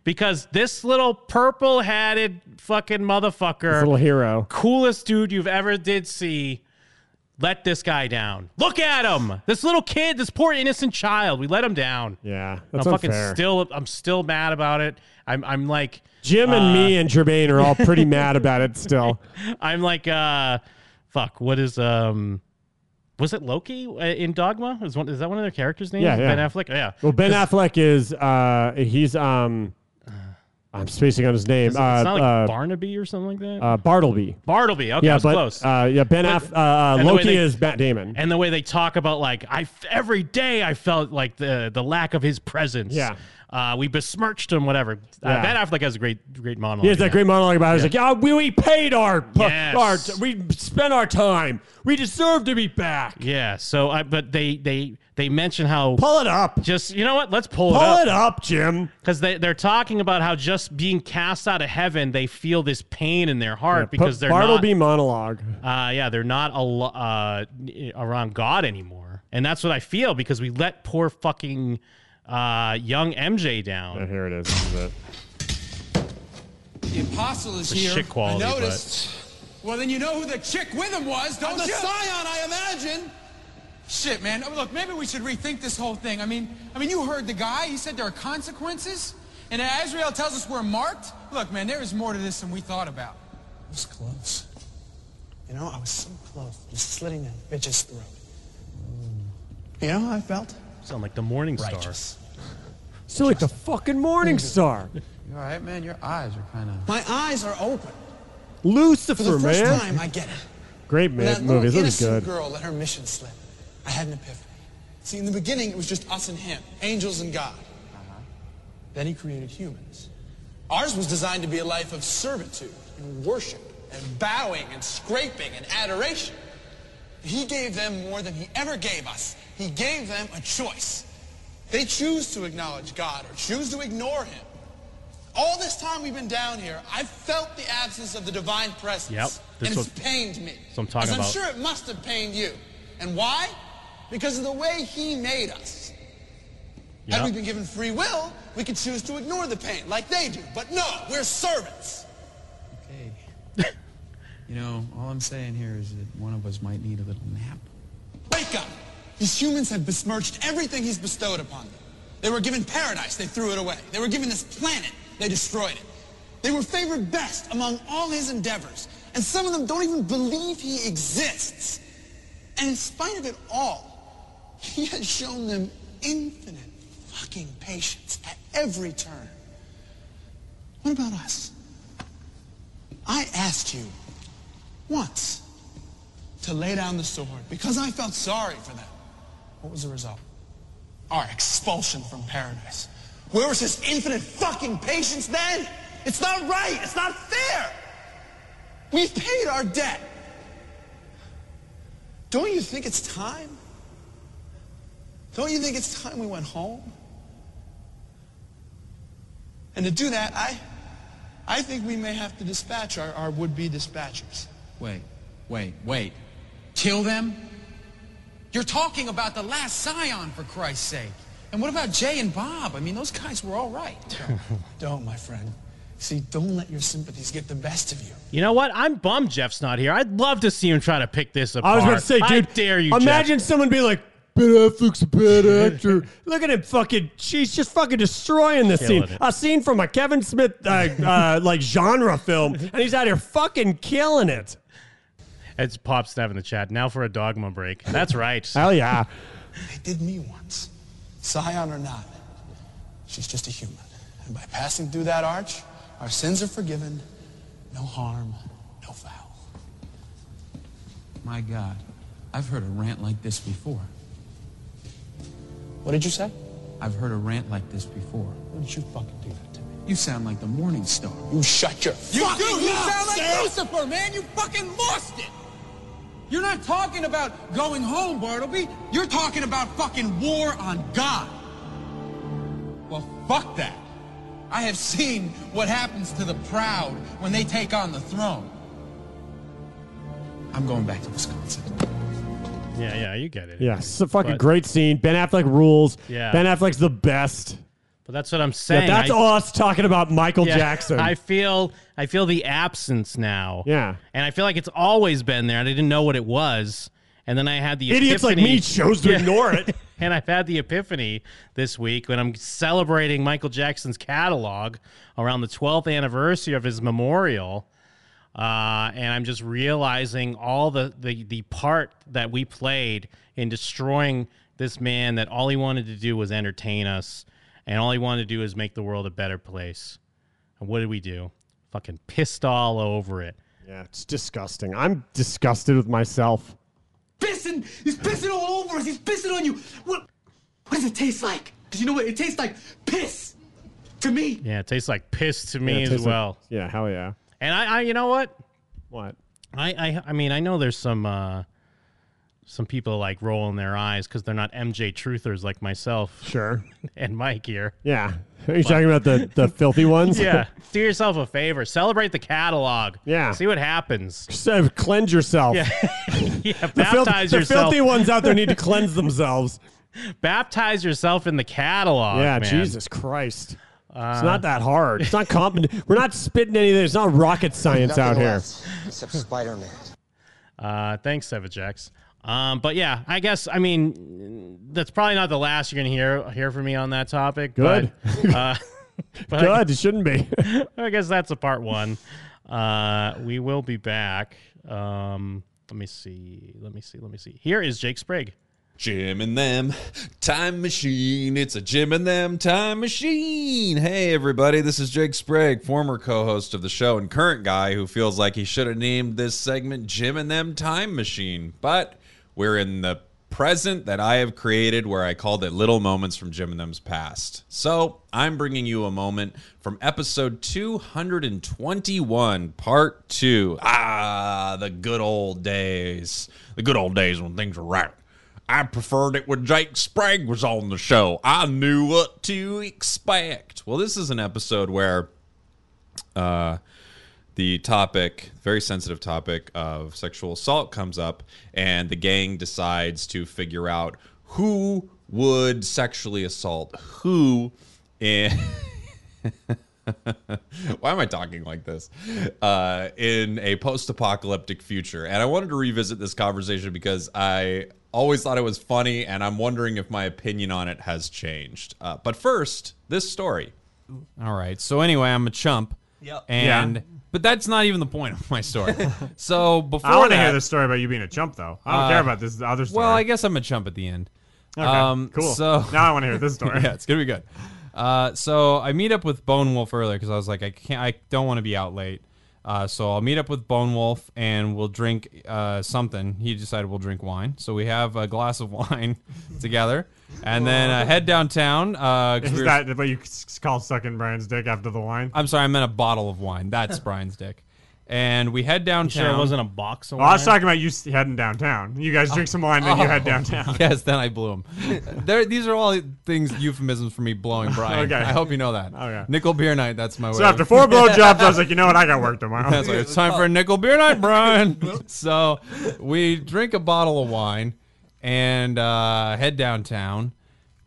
Because this little purple hatted fucking motherfucker, This little hero. Uh, coolest dude you've ever did see. Let this guy down. Look at him. This little kid, this poor innocent child. We let him down. Yeah, I'm that's fucking unfair. still. I'm still mad about it. I'm. I'm like Jim and uh, me and Jermaine are all pretty mad about it still. I'm like, uh, fuck. What is um, was it Loki uh, in Dogma? Is one is that one of their characters' names? Yeah, yeah. Uh, Ben Affleck. Oh, Yeah. Well, Ben 'Cause Affleck is uh he's um I'm spacing on his name. It's uh, not like uh, Barnaby or something like that. uh, Bartleby. Bartleby. Okay, yeah, I was but, close. Uh, yeah, Ben But- Aff- uh, uh, and the way Loki they- is Matt Damon. and the way they talk about like I f- every day I felt like the the lack of his presence. Yeah. Uh, we besmirched him. Whatever. Uh, Yeah. ben Affleck has a great great monologue. He has in that great monologue about it. He's like, yeah, we, we paid our, p- Yes. our t- we spent our time. We deserve to be back. Yeah. So, I, but they they they mention how pull it up. Just you know what? Let's pull, Pull it it up. up, Jim. Because they they're talking about how just being cast out of heaven, they feel this pain in their heart P- because they're Bartleby monologue. not. Uh, yeah, they're not al- uh, around God anymore, and that's what I feel because we let poor fucking uh, young MJ down. here it is. This is it. The apostle is The here. shit quality, I noticed. Well, then you know who the chick with him was, don't the you? scion, I imagine. Shit, man. Oh, Look, maybe we should rethink this whole thing. I mean, I mean, you heard the guy. He said there are consequences, and Azrael tells us we're marked. Look, man, there is more to this than we thought about. I was close. You know, I was so close to slitting that bitch's throat. You know, how I felt sound like the Morning Star. Still like the fucking morning star. You all right, man? Your eyes are kind of. My eyes are open. Lucifer, For the first man. time, I get it. Great When man, that movie. little This is innocent good. girl let her mission slip. I had an epiphany. See, in the beginning, it was just us and him, angels and God. Then he created humans. Ours was designed to be a life of servitude and worship and bowing and scraping and adoration. He gave them more than he ever gave us. He gave them a choice. They choose to acknowledge God or choose to ignore him. All this time we've been down here, I've felt the absence of the divine presence. Yep, this and it's what- pained me. that's what I'm talking as I'm about. sure it must have pained you. And why? Because of the way he made us. Had Yep. we been given free will, we could choose to ignore the pain like they do. But no, we're servants. You know, all I'm saying here is that one of us might need a little nap. Wake up! These humans have besmirched everything he's bestowed upon them. They were given paradise, they threw it away. They were given this planet, they destroyed it. They were favored best among all his endeavors, and some of them don't even believe he exists. And in spite of it all, he has shown them infinite fucking patience at every turn. What about us? I asked you once to lay down the sword because I felt sorry for them. What was the result? Our expulsion from paradise. Where was his infinite fucking patience then? It's not right. It's not fair. We've paid our debt. Don't you think it's time? Don't you think it's time we went home? And to do that, I, I think we may have to dispatch our, our would-be dispatchers. Wait, wait, wait. Kill them? You're talking about the last scion, for Christ's sake. And what about Jay and Bob? I mean, those guys were all right. Don't, my friend. See, don't let your sympathies get the best of you. You know what? I'm bummed Jeff's not here. I'd love to see him try to pick this apart. I was about to say, dude. dare you, Imagine someone being like, Ben Affleck's a bad actor. Look at him fucking. She's just fucking destroying this Killing scene. it. A scene from a Kevin Smith uh, uh, like genre film, and he's out here fucking killing it. Jeff. It's Pop Snap in the chat. Now for a dogma break. That's right. Hell yeah. They did me once. Scion or not, she's just a human. And by passing through that arch, our sins are forgiven. No harm, no foul. My God, I've heard a rant like this before. What did you say? I've heard a rant like this before. What did you fucking do that to me? You sound like the Morning Star. You shut your You fucking do. You mouth, sound like Sarah. Lucifer, man. You fucking lost it. You're not talking about going home, Bartleby. You're talking about fucking war on God. Well, fuck that. I have seen what happens to the proud when they take on the throne. I'm going back to Wisconsin. Yeah, yeah, you get it. Yeah, it's a fucking But- great scene. Ben Affleck rules. Yeah. Ben Affleck's the best. But that's what I'm Yeah, saying. that's I- us talking about Michael Yeah, Jackson. I feel I feel the absence now. Yeah. And I feel like it's always been there and I didn't know what it was. And then I had the Idiots like epiphany- me chose to Yeah. ignore it. and I've had the epiphany this week when I'm celebrating Michael Jackson's catalog around the 12th anniversary of his memorial. Uh, and I'm just realizing all the, the, the part that we played in destroying this man that all he wanted to do was entertain us. And all he wanted to do is make the world a better place. And what did we do? Fucking pissed all over it. Yeah, it's disgusting. I'm disgusted with myself. pissing. He's pissing all over us. He's pissing on you. What? What does it taste like? Because you know what? It tastes like piss to me. Yeah, it tastes like piss to Yeah, me it as tastes like- well. yeah, hell yeah. And I, I, you know what? What? I, I, I mean, I know there's some, uh, some people like rolling their eyes because they're not MJ truthers like myself. Sure. and Mike here. Yeah. Are you talking about the, the filthy ones? yeah. Do yourself a favor. Celebrate the catalog. Yeah. See what happens. so cleanse yourself. Yeah. yeah. The, fil- Baptize the yourself. filthy ones out there need to cleanse themselves. Baptize yourself in the catalog. yeah, man. Jesus Christ. Uh, it's not that hard. It's not comp- We're not spitting anything. It's not rocket science out Nothing here. less. Except Spider-Man. Uh, thanks, Sevajex. Um, but yeah, I guess I mean that's probably not the last you're gonna hear hear from me on that topic. Good. But, uh, but I- Good, it shouldn't be. I guess that's a part one. Uh, we will be back. Um, let me see. Let me see. Let me see. Here is Jake Sprague. Jim and them time machine. It's a Jim and them time machine. Hey, everybody. This is Jake Sprague, former co host of the show and current guy who feels like he should have named this segment Jim and them time machine. But we're in the present that I have created where I called it Little Moments from Jim and Them's Past. So I'm bringing you a moment from episode 221, part two. Ah, the good old days. The good old days when things were right. I preferred it when Jake Sprague was on the show. I knew what to expect. Well, this is an episode where uh, the topic, very sensitive topic of sexual assault comes up, and the gang decides to figure out who would sexually assault who. In Why am I talking like this? Uh, in a post apocalyptic future. And I wanted to revisit this conversation because I always thought it was funny, and I'm wondering if my opinion on it has changed. Uh, but first, this story. All right. So anyway, I'm a chump. Yep. And Yeah. but that's not even the point of my story. so before I want to that- hear this story about you being a chump, though. I don't Uh, care about this other story. Well, I guess I'm a chump at the end. Um, Okay, cool. So Now I wanna hear this story. yeah, it's gonna be good. Uh, so I meet up with Bone Wolf earlier because I was like, I can't, I don't want to be out late. Uh, so I'll meet up with Bone Wolf and we'll drink uh, something. He decided we'll drink wine, so we have a glass of wine together, and then uh, head downtown. Uh, 'cause Is we were- that what you s- call sucking Brian's dick after the wine? I'm sorry, I meant a bottle of wine. That's Brian's dick. And we head downtown. sure it wasn't a box Oh, I was talking about you s- heading downtown. You guys drink some wine, then you head Oh, downtown. Yes, then I blew him. there, these are all things euphemisms for me blowing Brian. Okay. I hope you know that. Okay. Nickel beer night. That's my way. So after four blowjobs, I was like, you know what? I got work tomorrow. That's right. It's time for a nickel beer night, Brian. so we drink a bottle of wine and uh, head downtown.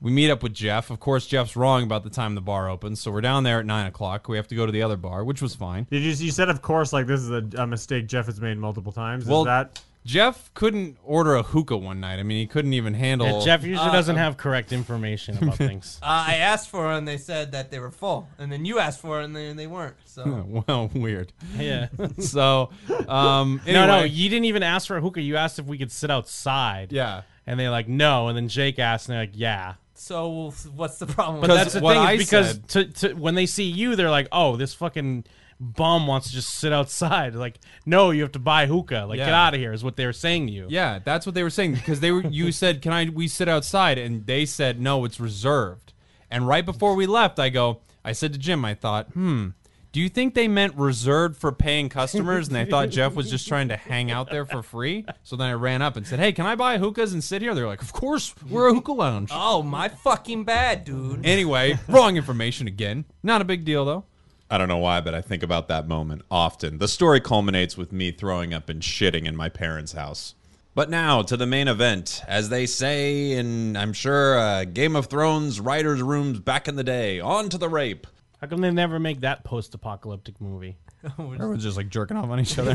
We meet up with Jeff. Of course, Jeff's wrong about the time the bar opens, so we're down there at nine o'clock. We have to go to the other bar, which was fine. Did you, you said, of course, like this is a, a mistake Jeff has made multiple times. Well, is that Jeff couldn't order a hookah one night. I mean, he couldn't even handle. Uh, um, Yeah, Jeff usually doesn't have correct information about things. Uh, I asked for it and they said that they were full, and then you asked for it and they, they weren't. So well, weird. Yeah. so, um, No, no, anyway. you didn't even ask for a hookah. You asked if we could sit outside. Yeah. And they like no, and then Jake asked, and they're like yeah. So what's the problem? But with that's that? the thing is because to, to, when they see you, they're like, "Oh, this fucking bum wants to just sit outside." Like, no, you have to buy hookah. Like, Yeah. get out of here is what they were saying to you. Yeah, that's what they were saying because they were. You said, "Can I? We sit outside?" And they said, "No, it's reserved." And right before we left, I go. I said to Jim, I thought, "Hmm, do you think they meant reserved for paying customers?" And they thought Jeff was just trying to hang out there for free. So then I ran up and said, "Hey, can I buy hookahs and sit here?" They're like, "Of course, we're a hookah lounge." oh my fucking bad, dude. Anyway, wrong information again. Not a big deal though. I don't know why, but I think about that moment often. The story culminates with me throwing up and shitting in my parents' house. But now to the main event. As they say in, I'm sure, uh, Game of Thrones writers' rooms back in the day, on to the rape. How come they never make that post-apocalyptic movie? Oh, Everyone's just like jerking off on each other.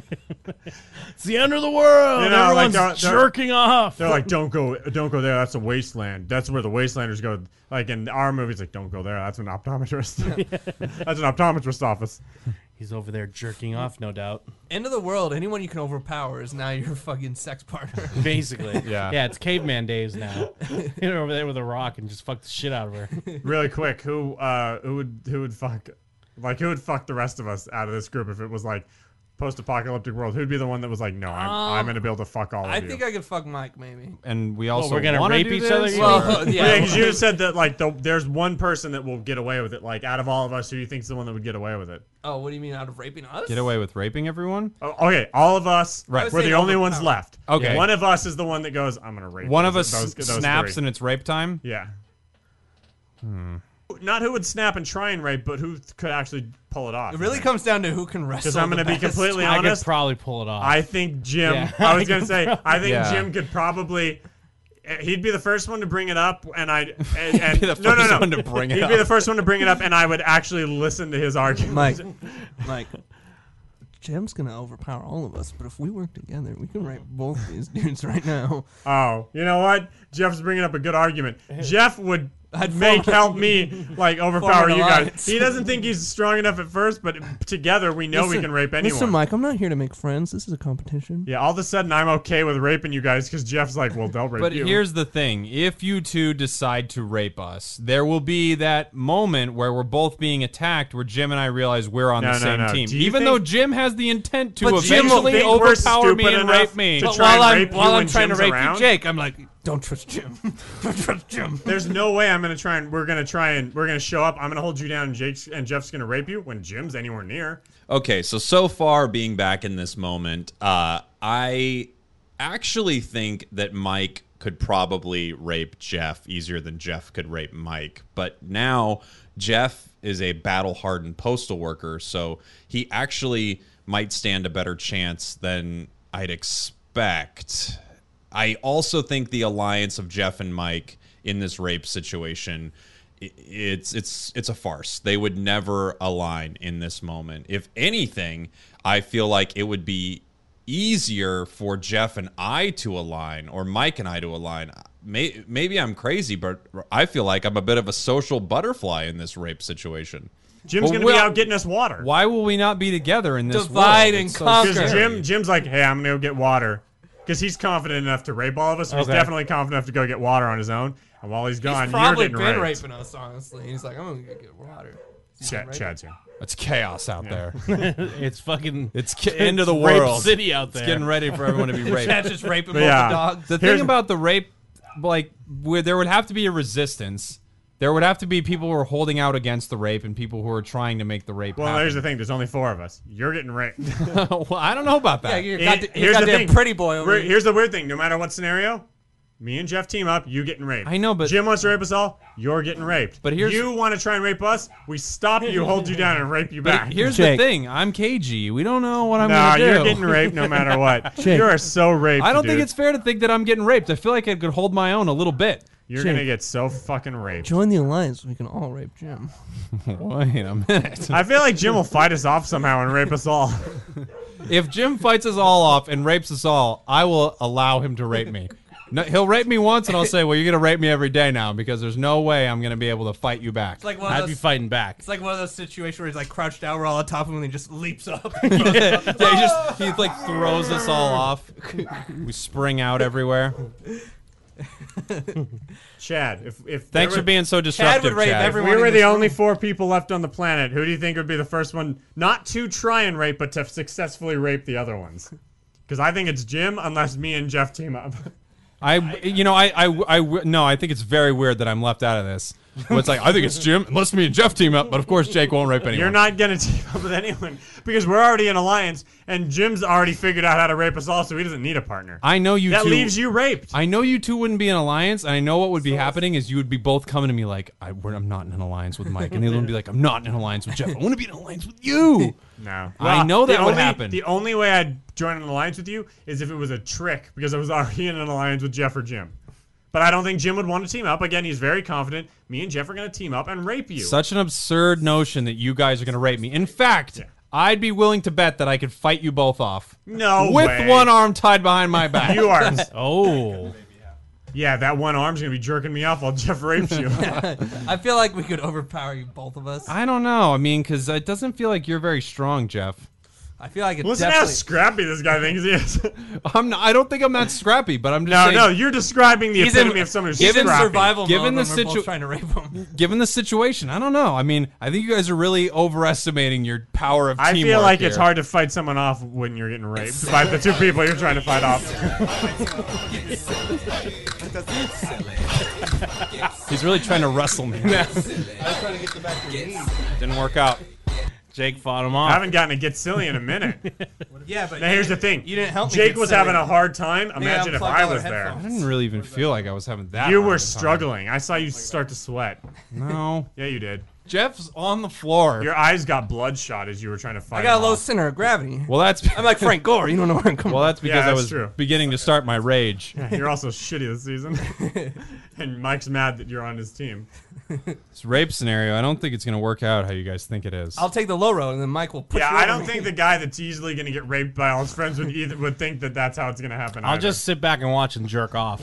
it's the end of the world. You know, like, Everyone's they're- they're- jerking off. They're like, don't go, don't go there. That's a wasteland. That's where the wastelanders go. Like in our movies, like, don't go there. That's an optometrist. that's an optometrist office. He's over there jerking off, no doubt. End of the world. Anyone you can overpower is now your fucking sex partner. Basically, Yeah. yeah. It's caveman days now. You're over there with a rock and just fuck the shit out of her. Really quick, who, uh, who would, who would fuck, like, who would fuck the rest of us out of this group if it was like post-apocalyptic world? Who'd be the one that was like, no, I'm, Um, I'm gonna be able to fuck all I of you. think I could fuck Mike maybe. and we Well, also we're gonna wanna rape do each this, other. or- Well, yeah. yeah, because you said that like the, there's one person that will get away with it. Like out of all of us, who do you think is the one that would get away with it? Oh, what do you mean out of raping us? Get away with raping everyone? Oh, okay, all of us. Right. I would We're say the only ones overpowered. left. Okay. One of us is the one that goes. I'm gonna rape. One of us those- those- those snaps three." and it's rape time. Yeah. Not who would snap and try and rape, but who th- could actually pull it off. It really comes down to who can wrestle. Because I'm going to the be best. completely I could honest. probably pull it off. I think Jim. Yeah. I was going to could say. I think probably- Jim could probably. eh, He'd be the first one to bring it up, and I. And, and, be the no, no, first no. one to bring it He'd be the up. first one to bring it up, and I would actually listen to his argument. Mike, Mike, Jim's gonna overpower all of us. But if we work together, we can rape both these dudes right now. Oh, you know what? Jeff's bringing up a good argument. Jeff would make help me like overpower form an you guys. alliance. He doesn't think he's strong enough at first, but together we know we Listen- can rape anyone. Listen, Mike, I'm not here to make friends. This is a competition. Yeah, all of a sudden I'm okay with raping you guys because Jeff's like, well, they'll rape But you. here's the thing: if you two decide to rape us, there will be that moment where we're both being attacked, where Jim and I realize we're on No, the no, same no. team, Do you even think- though Jim has the intent to But Jim will eventually think we're overpower me stupid and enough rape me. to But try while and I'm rape you while I'm when trying to Jim's rape around? you, Jake, I'm like, Don't trust Jim. Don't trust Jim. There's no way I'm gonna try and we're gonna try and we're gonna show up. I'm gonna hold you down, and Jake's and Jeff's gonna rape you when Jim's anywhere near. Okay, so so far being back in this moment, uh, I actually think that Mike could probably rape Jeff easier than Jeff could rape Mike. But now Jeff is a battle hardened postal worker, so he actually might stand a better chance than I'd expect. I also think the alliance of Jeff and Mike in this rape situation i- it's it's it's a farce. They would never align in this moment. If anything, I feel like it would be easier for Jeff and I to align or Mike and I to align. May, maybe I'm crazy, but I feel like I'm a bit of a social butterfly in this rape situation. Jim's Well, gonna well- be out getting us water. why will we not be together in this Divide world? and It's so conquer. Because scary. Jim, Jim's like, hey, I'm gonna go get water, because he's confident enough to rape all of us. and He's Okay. definitely confident enough to go get water on his own. And while he's gone, He's probably you're getting been raped. raping us, honestly. And he's like, I'm gonna go get water. He's Chad, been Chad's here. It's chaos out there. it's fucking. It's ca- end of the it's rape world. City out there. It's getting ready for everyone to be raped. Chad's just raping But both yeah. the dogs. The Here's- thing about the rape, like, where there would have to be a resistance. There would have to be people who are holding out against the rape and people who are trying to make the rape Well, happen. here's the thing. There's only four of us. You're getting raped. well, I don't know about that. Yeah, you're It- goddamn, you're goddamn pretty boy over We're- here. Here's the weird thing. No matter what scenario, me and Jeff team up. You getting raped. I know, but Jim wants to rape us all. You're getting raped. But here's- you want to try and rape us. We stop you, hold you down, and rape you But back. here's the thing. I'm cagey. We don't know what I'm Nah, going to do. you're getting raped no matter what. Jake. You are so raped, I don't dude. think it's fair to think that I'm getting raped. I feel like I could hold my own a little bit. You're Jake. gonna get so fucking raped. Join the alliance. so We can all rape Jim. Wait a minute. I feel like Jim will fight us off somehow and rape us all. If Jim fights us all off and rapes us all, I will allow him to rape me. No, he'll rape me once, and I'll say, "Well, you're gonna rape me every day now because there's no way I'm gonna be able to fight you back." It's like one of those- back. It's like one of those situations where he's like crouched down, we're all on top of him, and he just leaps up. yeah, he just he like throws us all off. We spring out everywhere. Chad, if if Thanks there for being so disruptive, Chad would rape Chad. everyone If we in were the this only room. four people left on the planet, who do you think would be the first one not to try and rape, but to successfully rape the other ones? Because I think it's Jim, unless me and Jeff team up. I, you know, I, I, I, no, I think it's very weird that I'm left out of this. Well, it's like I think it's Jim, unless me and Jeff team up, but of course Jake won't rape anyone. You're not gonna team up with anyone because we're already in alliance, and Jim's already figured out how to rape us all, so he doesn't need a partner. I know you. That two, leaves you raped. I know you two wouldn't be in alliance, and I know what would be happening is you would be both coming to me like, I, we're, "I'm not in an alliance with Mike," and the other would be like, "I'm not in an alliance with Jeff. I want to be in an alliance with you." No, I know the that would only- happen. The only way I'd join an alliance with you is if it was a trick, because I was already in an alliance with Jeff or Jim. But I don't think Jim would want to team up. Again, he's very confident. Me and Jeff are going to team up and rape you. Such an absurd notion that you guys are going to rape me. In fact, I'd be willing to bet that I could fight you both off. No with way. one arm tied behind my back. You are. oh. Yeah, that one arm's going to be jerking me off while Jeff rapes you. I feel like we could overpower you, both of us. I don't know. I mean, because it doesn't feel like you're very strong, Jeff. I feel like it Listen how definitely. scrappy this guy thinks he is. I'm not, I don't think I'm that scrappy, but I'm just no, saying- no, you're describing the He's in- epitome of someone who's given scrappy. survival Given mode the when we're both situ- trying to rape him. Given the situation, I don't know. I mean, I think you guys are really overestimating your power of I teamwork. feel like it's here. hard to fight someone off when you're getting raped by the two people you're trying to fight off. He's really trying to wrestle me. trying to get the back for me. Didn't work out. Jake fought him off. I haven't gotten a get silly in a minute. Yeah, but now you here's the didn't- thing. you didn't help me Jake get was silly. having a hard time. Yeah, Imagine if unplugged I all our was there. I didn't really even feel like I was having that. You hard were of a time. struggling. I saw you start to sweat. No. yeah, you did. Jeff's on the floor. Your eyes got bloodshot as you were trying to fight. I got a him low off. center of gravity. Well, that's. I'm like Frank Gore. You don't know where I'm coming. Well, that's from. because Yeah, I that's was true. beginning to start my rage. You're also shitty this season. and Mike's mad that you're on his team. This rape scenario, I don't think it's going to work out how you guys think it is. I'll take the low road, and then Mike will push. Yeah, you over I don't me. think the guy that's easily going to get raped by all his friends would either would think that that's how it's going to happen. I'll either. just sit back and watch and jerk off.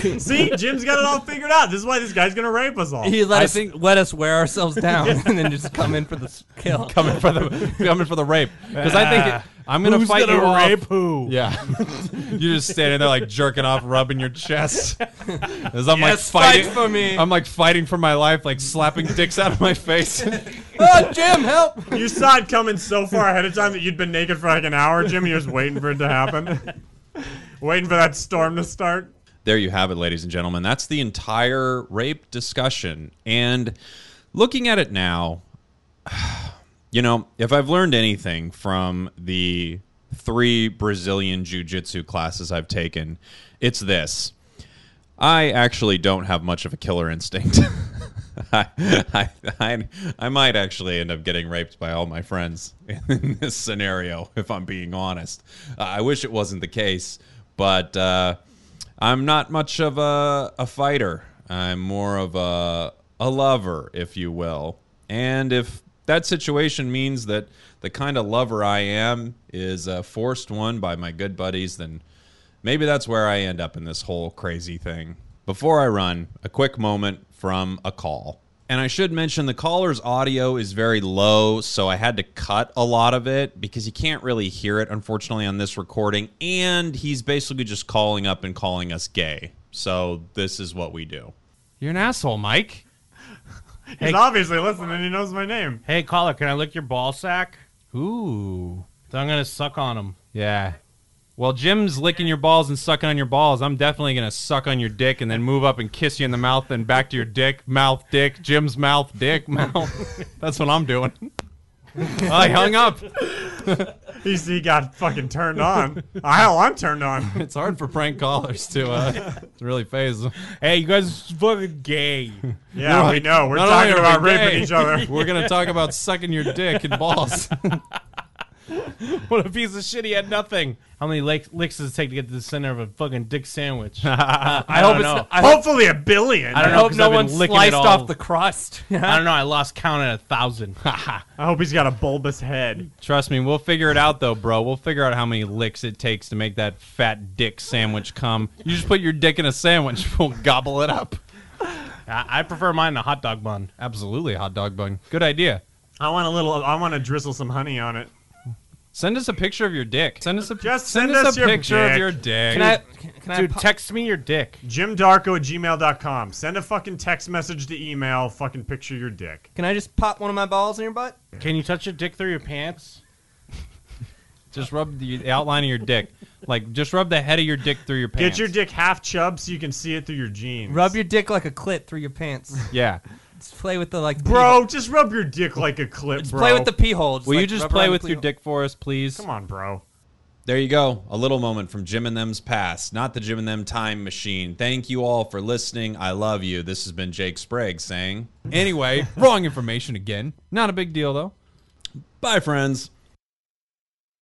see. Jim's got it all figured out. This is why this guy's going to rape us all. Oh, He let us let us wear ourselves down, and then just come in for the s- kill. coming for the coming for the rape because I think it- Ah. I'm gonna Who's fight gonna you rape off. who? Yeah, you're just standing there like jerking off, rubbing your chest. As I'm Yes, like fight fighting for me. I'm like fighting for my life, like slapping dicks out of my face. Ah, Oh, Jim, help! You saw it coming so far ahead of time that you'd been naked for like an hour, Jim. and You're just waiting for it to happen, waiting for that storm to start. there you have it, ladies and gentlemen. That's the entire rape discussion. And looking at it now, you know, if I've learned anything from the three Brazilian jiu jitsu classes I've taken, it's this I actually don't have much of a killer instinct. I, I, I, I might actually end up getting raped by all my friends in this scenario, if I'm being honest. Uh, I wish it wasn't the case, but uh, I'm not much of a, a fighter. I'm more of a, a lover, if you will. And if that situation means that the kind of lover I am is a forced one by my good buddies, then maybe that's where I end up in this whole crazy thing. Before I run, a quick moment from a call. And I should mention the caller's audio is very low, so I had to cut a lot of it because you can't really hear it, unfortunately, on this recording. And he's basically just calling up and calling us gay. So this is what we do. You're an asshole, Mike. He's obviously listening. He knows my name. Hey, caller, can I lick your ball sack? Ooh. So I'm gonna suck on him. Yeah. Well, Jim's licking your balls and sucking on your balls. I'm definitely gonna suck on your dick and then move up and kiss you in the mouth and back to your dick, mouth, dick, Jim's mouth, dick, mouth. That's what I'm doing. I Oh, hung up. He, he got fucking turned on. Hell, I'm turned on. It's hard for prank callers to uh, to really phase them. Hey, you guys fucking gay. Yeah, Not- we know. We're not talking only are about we raping gay, each other. We're gonna talk about sucking your dick and balls. what a piece of shit. He had nothing. How many lick, licks does it take to get to the center of a fucking dick sandwich? I, don't know. Hopefully a billion. I don't know, 'cause I've been licking it all- crust. I don't know. I lost count at a thousand. I hope he's got a bulbous head. Trust me, we'll figure it out though, bro. We'll figure out how many licks it takes to make that fat dick sandwich come. You just put your dick in a sandwich, we'll gobble it up. I, I prefer mine in a hot dog bun. Absolutely, hot dog bun. Good idea. I want a little. I want to drizzle some honey on it. Send us a picture of your dick. Send us a Just send, us, a your picture of dick. your dick. dude, text me your dick. JimDarko at gmail.com. Send a fucking text message to email. Fucking picture your dick. Can I just pop one of my balls in your butt? Can you touch your dick through your pants? Just rub the, the outline of your dick. Like just rub the head of your dick through your Get pants. your dick half chub so you can see it through your jeans. Rub your dick like a clit through your pants. yeah. Just play with the like. Bro, just rub your dick like a clip, bro. play with the pee hole. Will you like, just rub play around the with pee your hole. dick for us, please? Come on, bro. There you go. A little moment from Jim and Them's past, not the Jim and Them time machine. Thank you all for listening. I love you. This has been Jake Sprague saying, Anyway, wrong information again. Not a big deal though. bye, friends.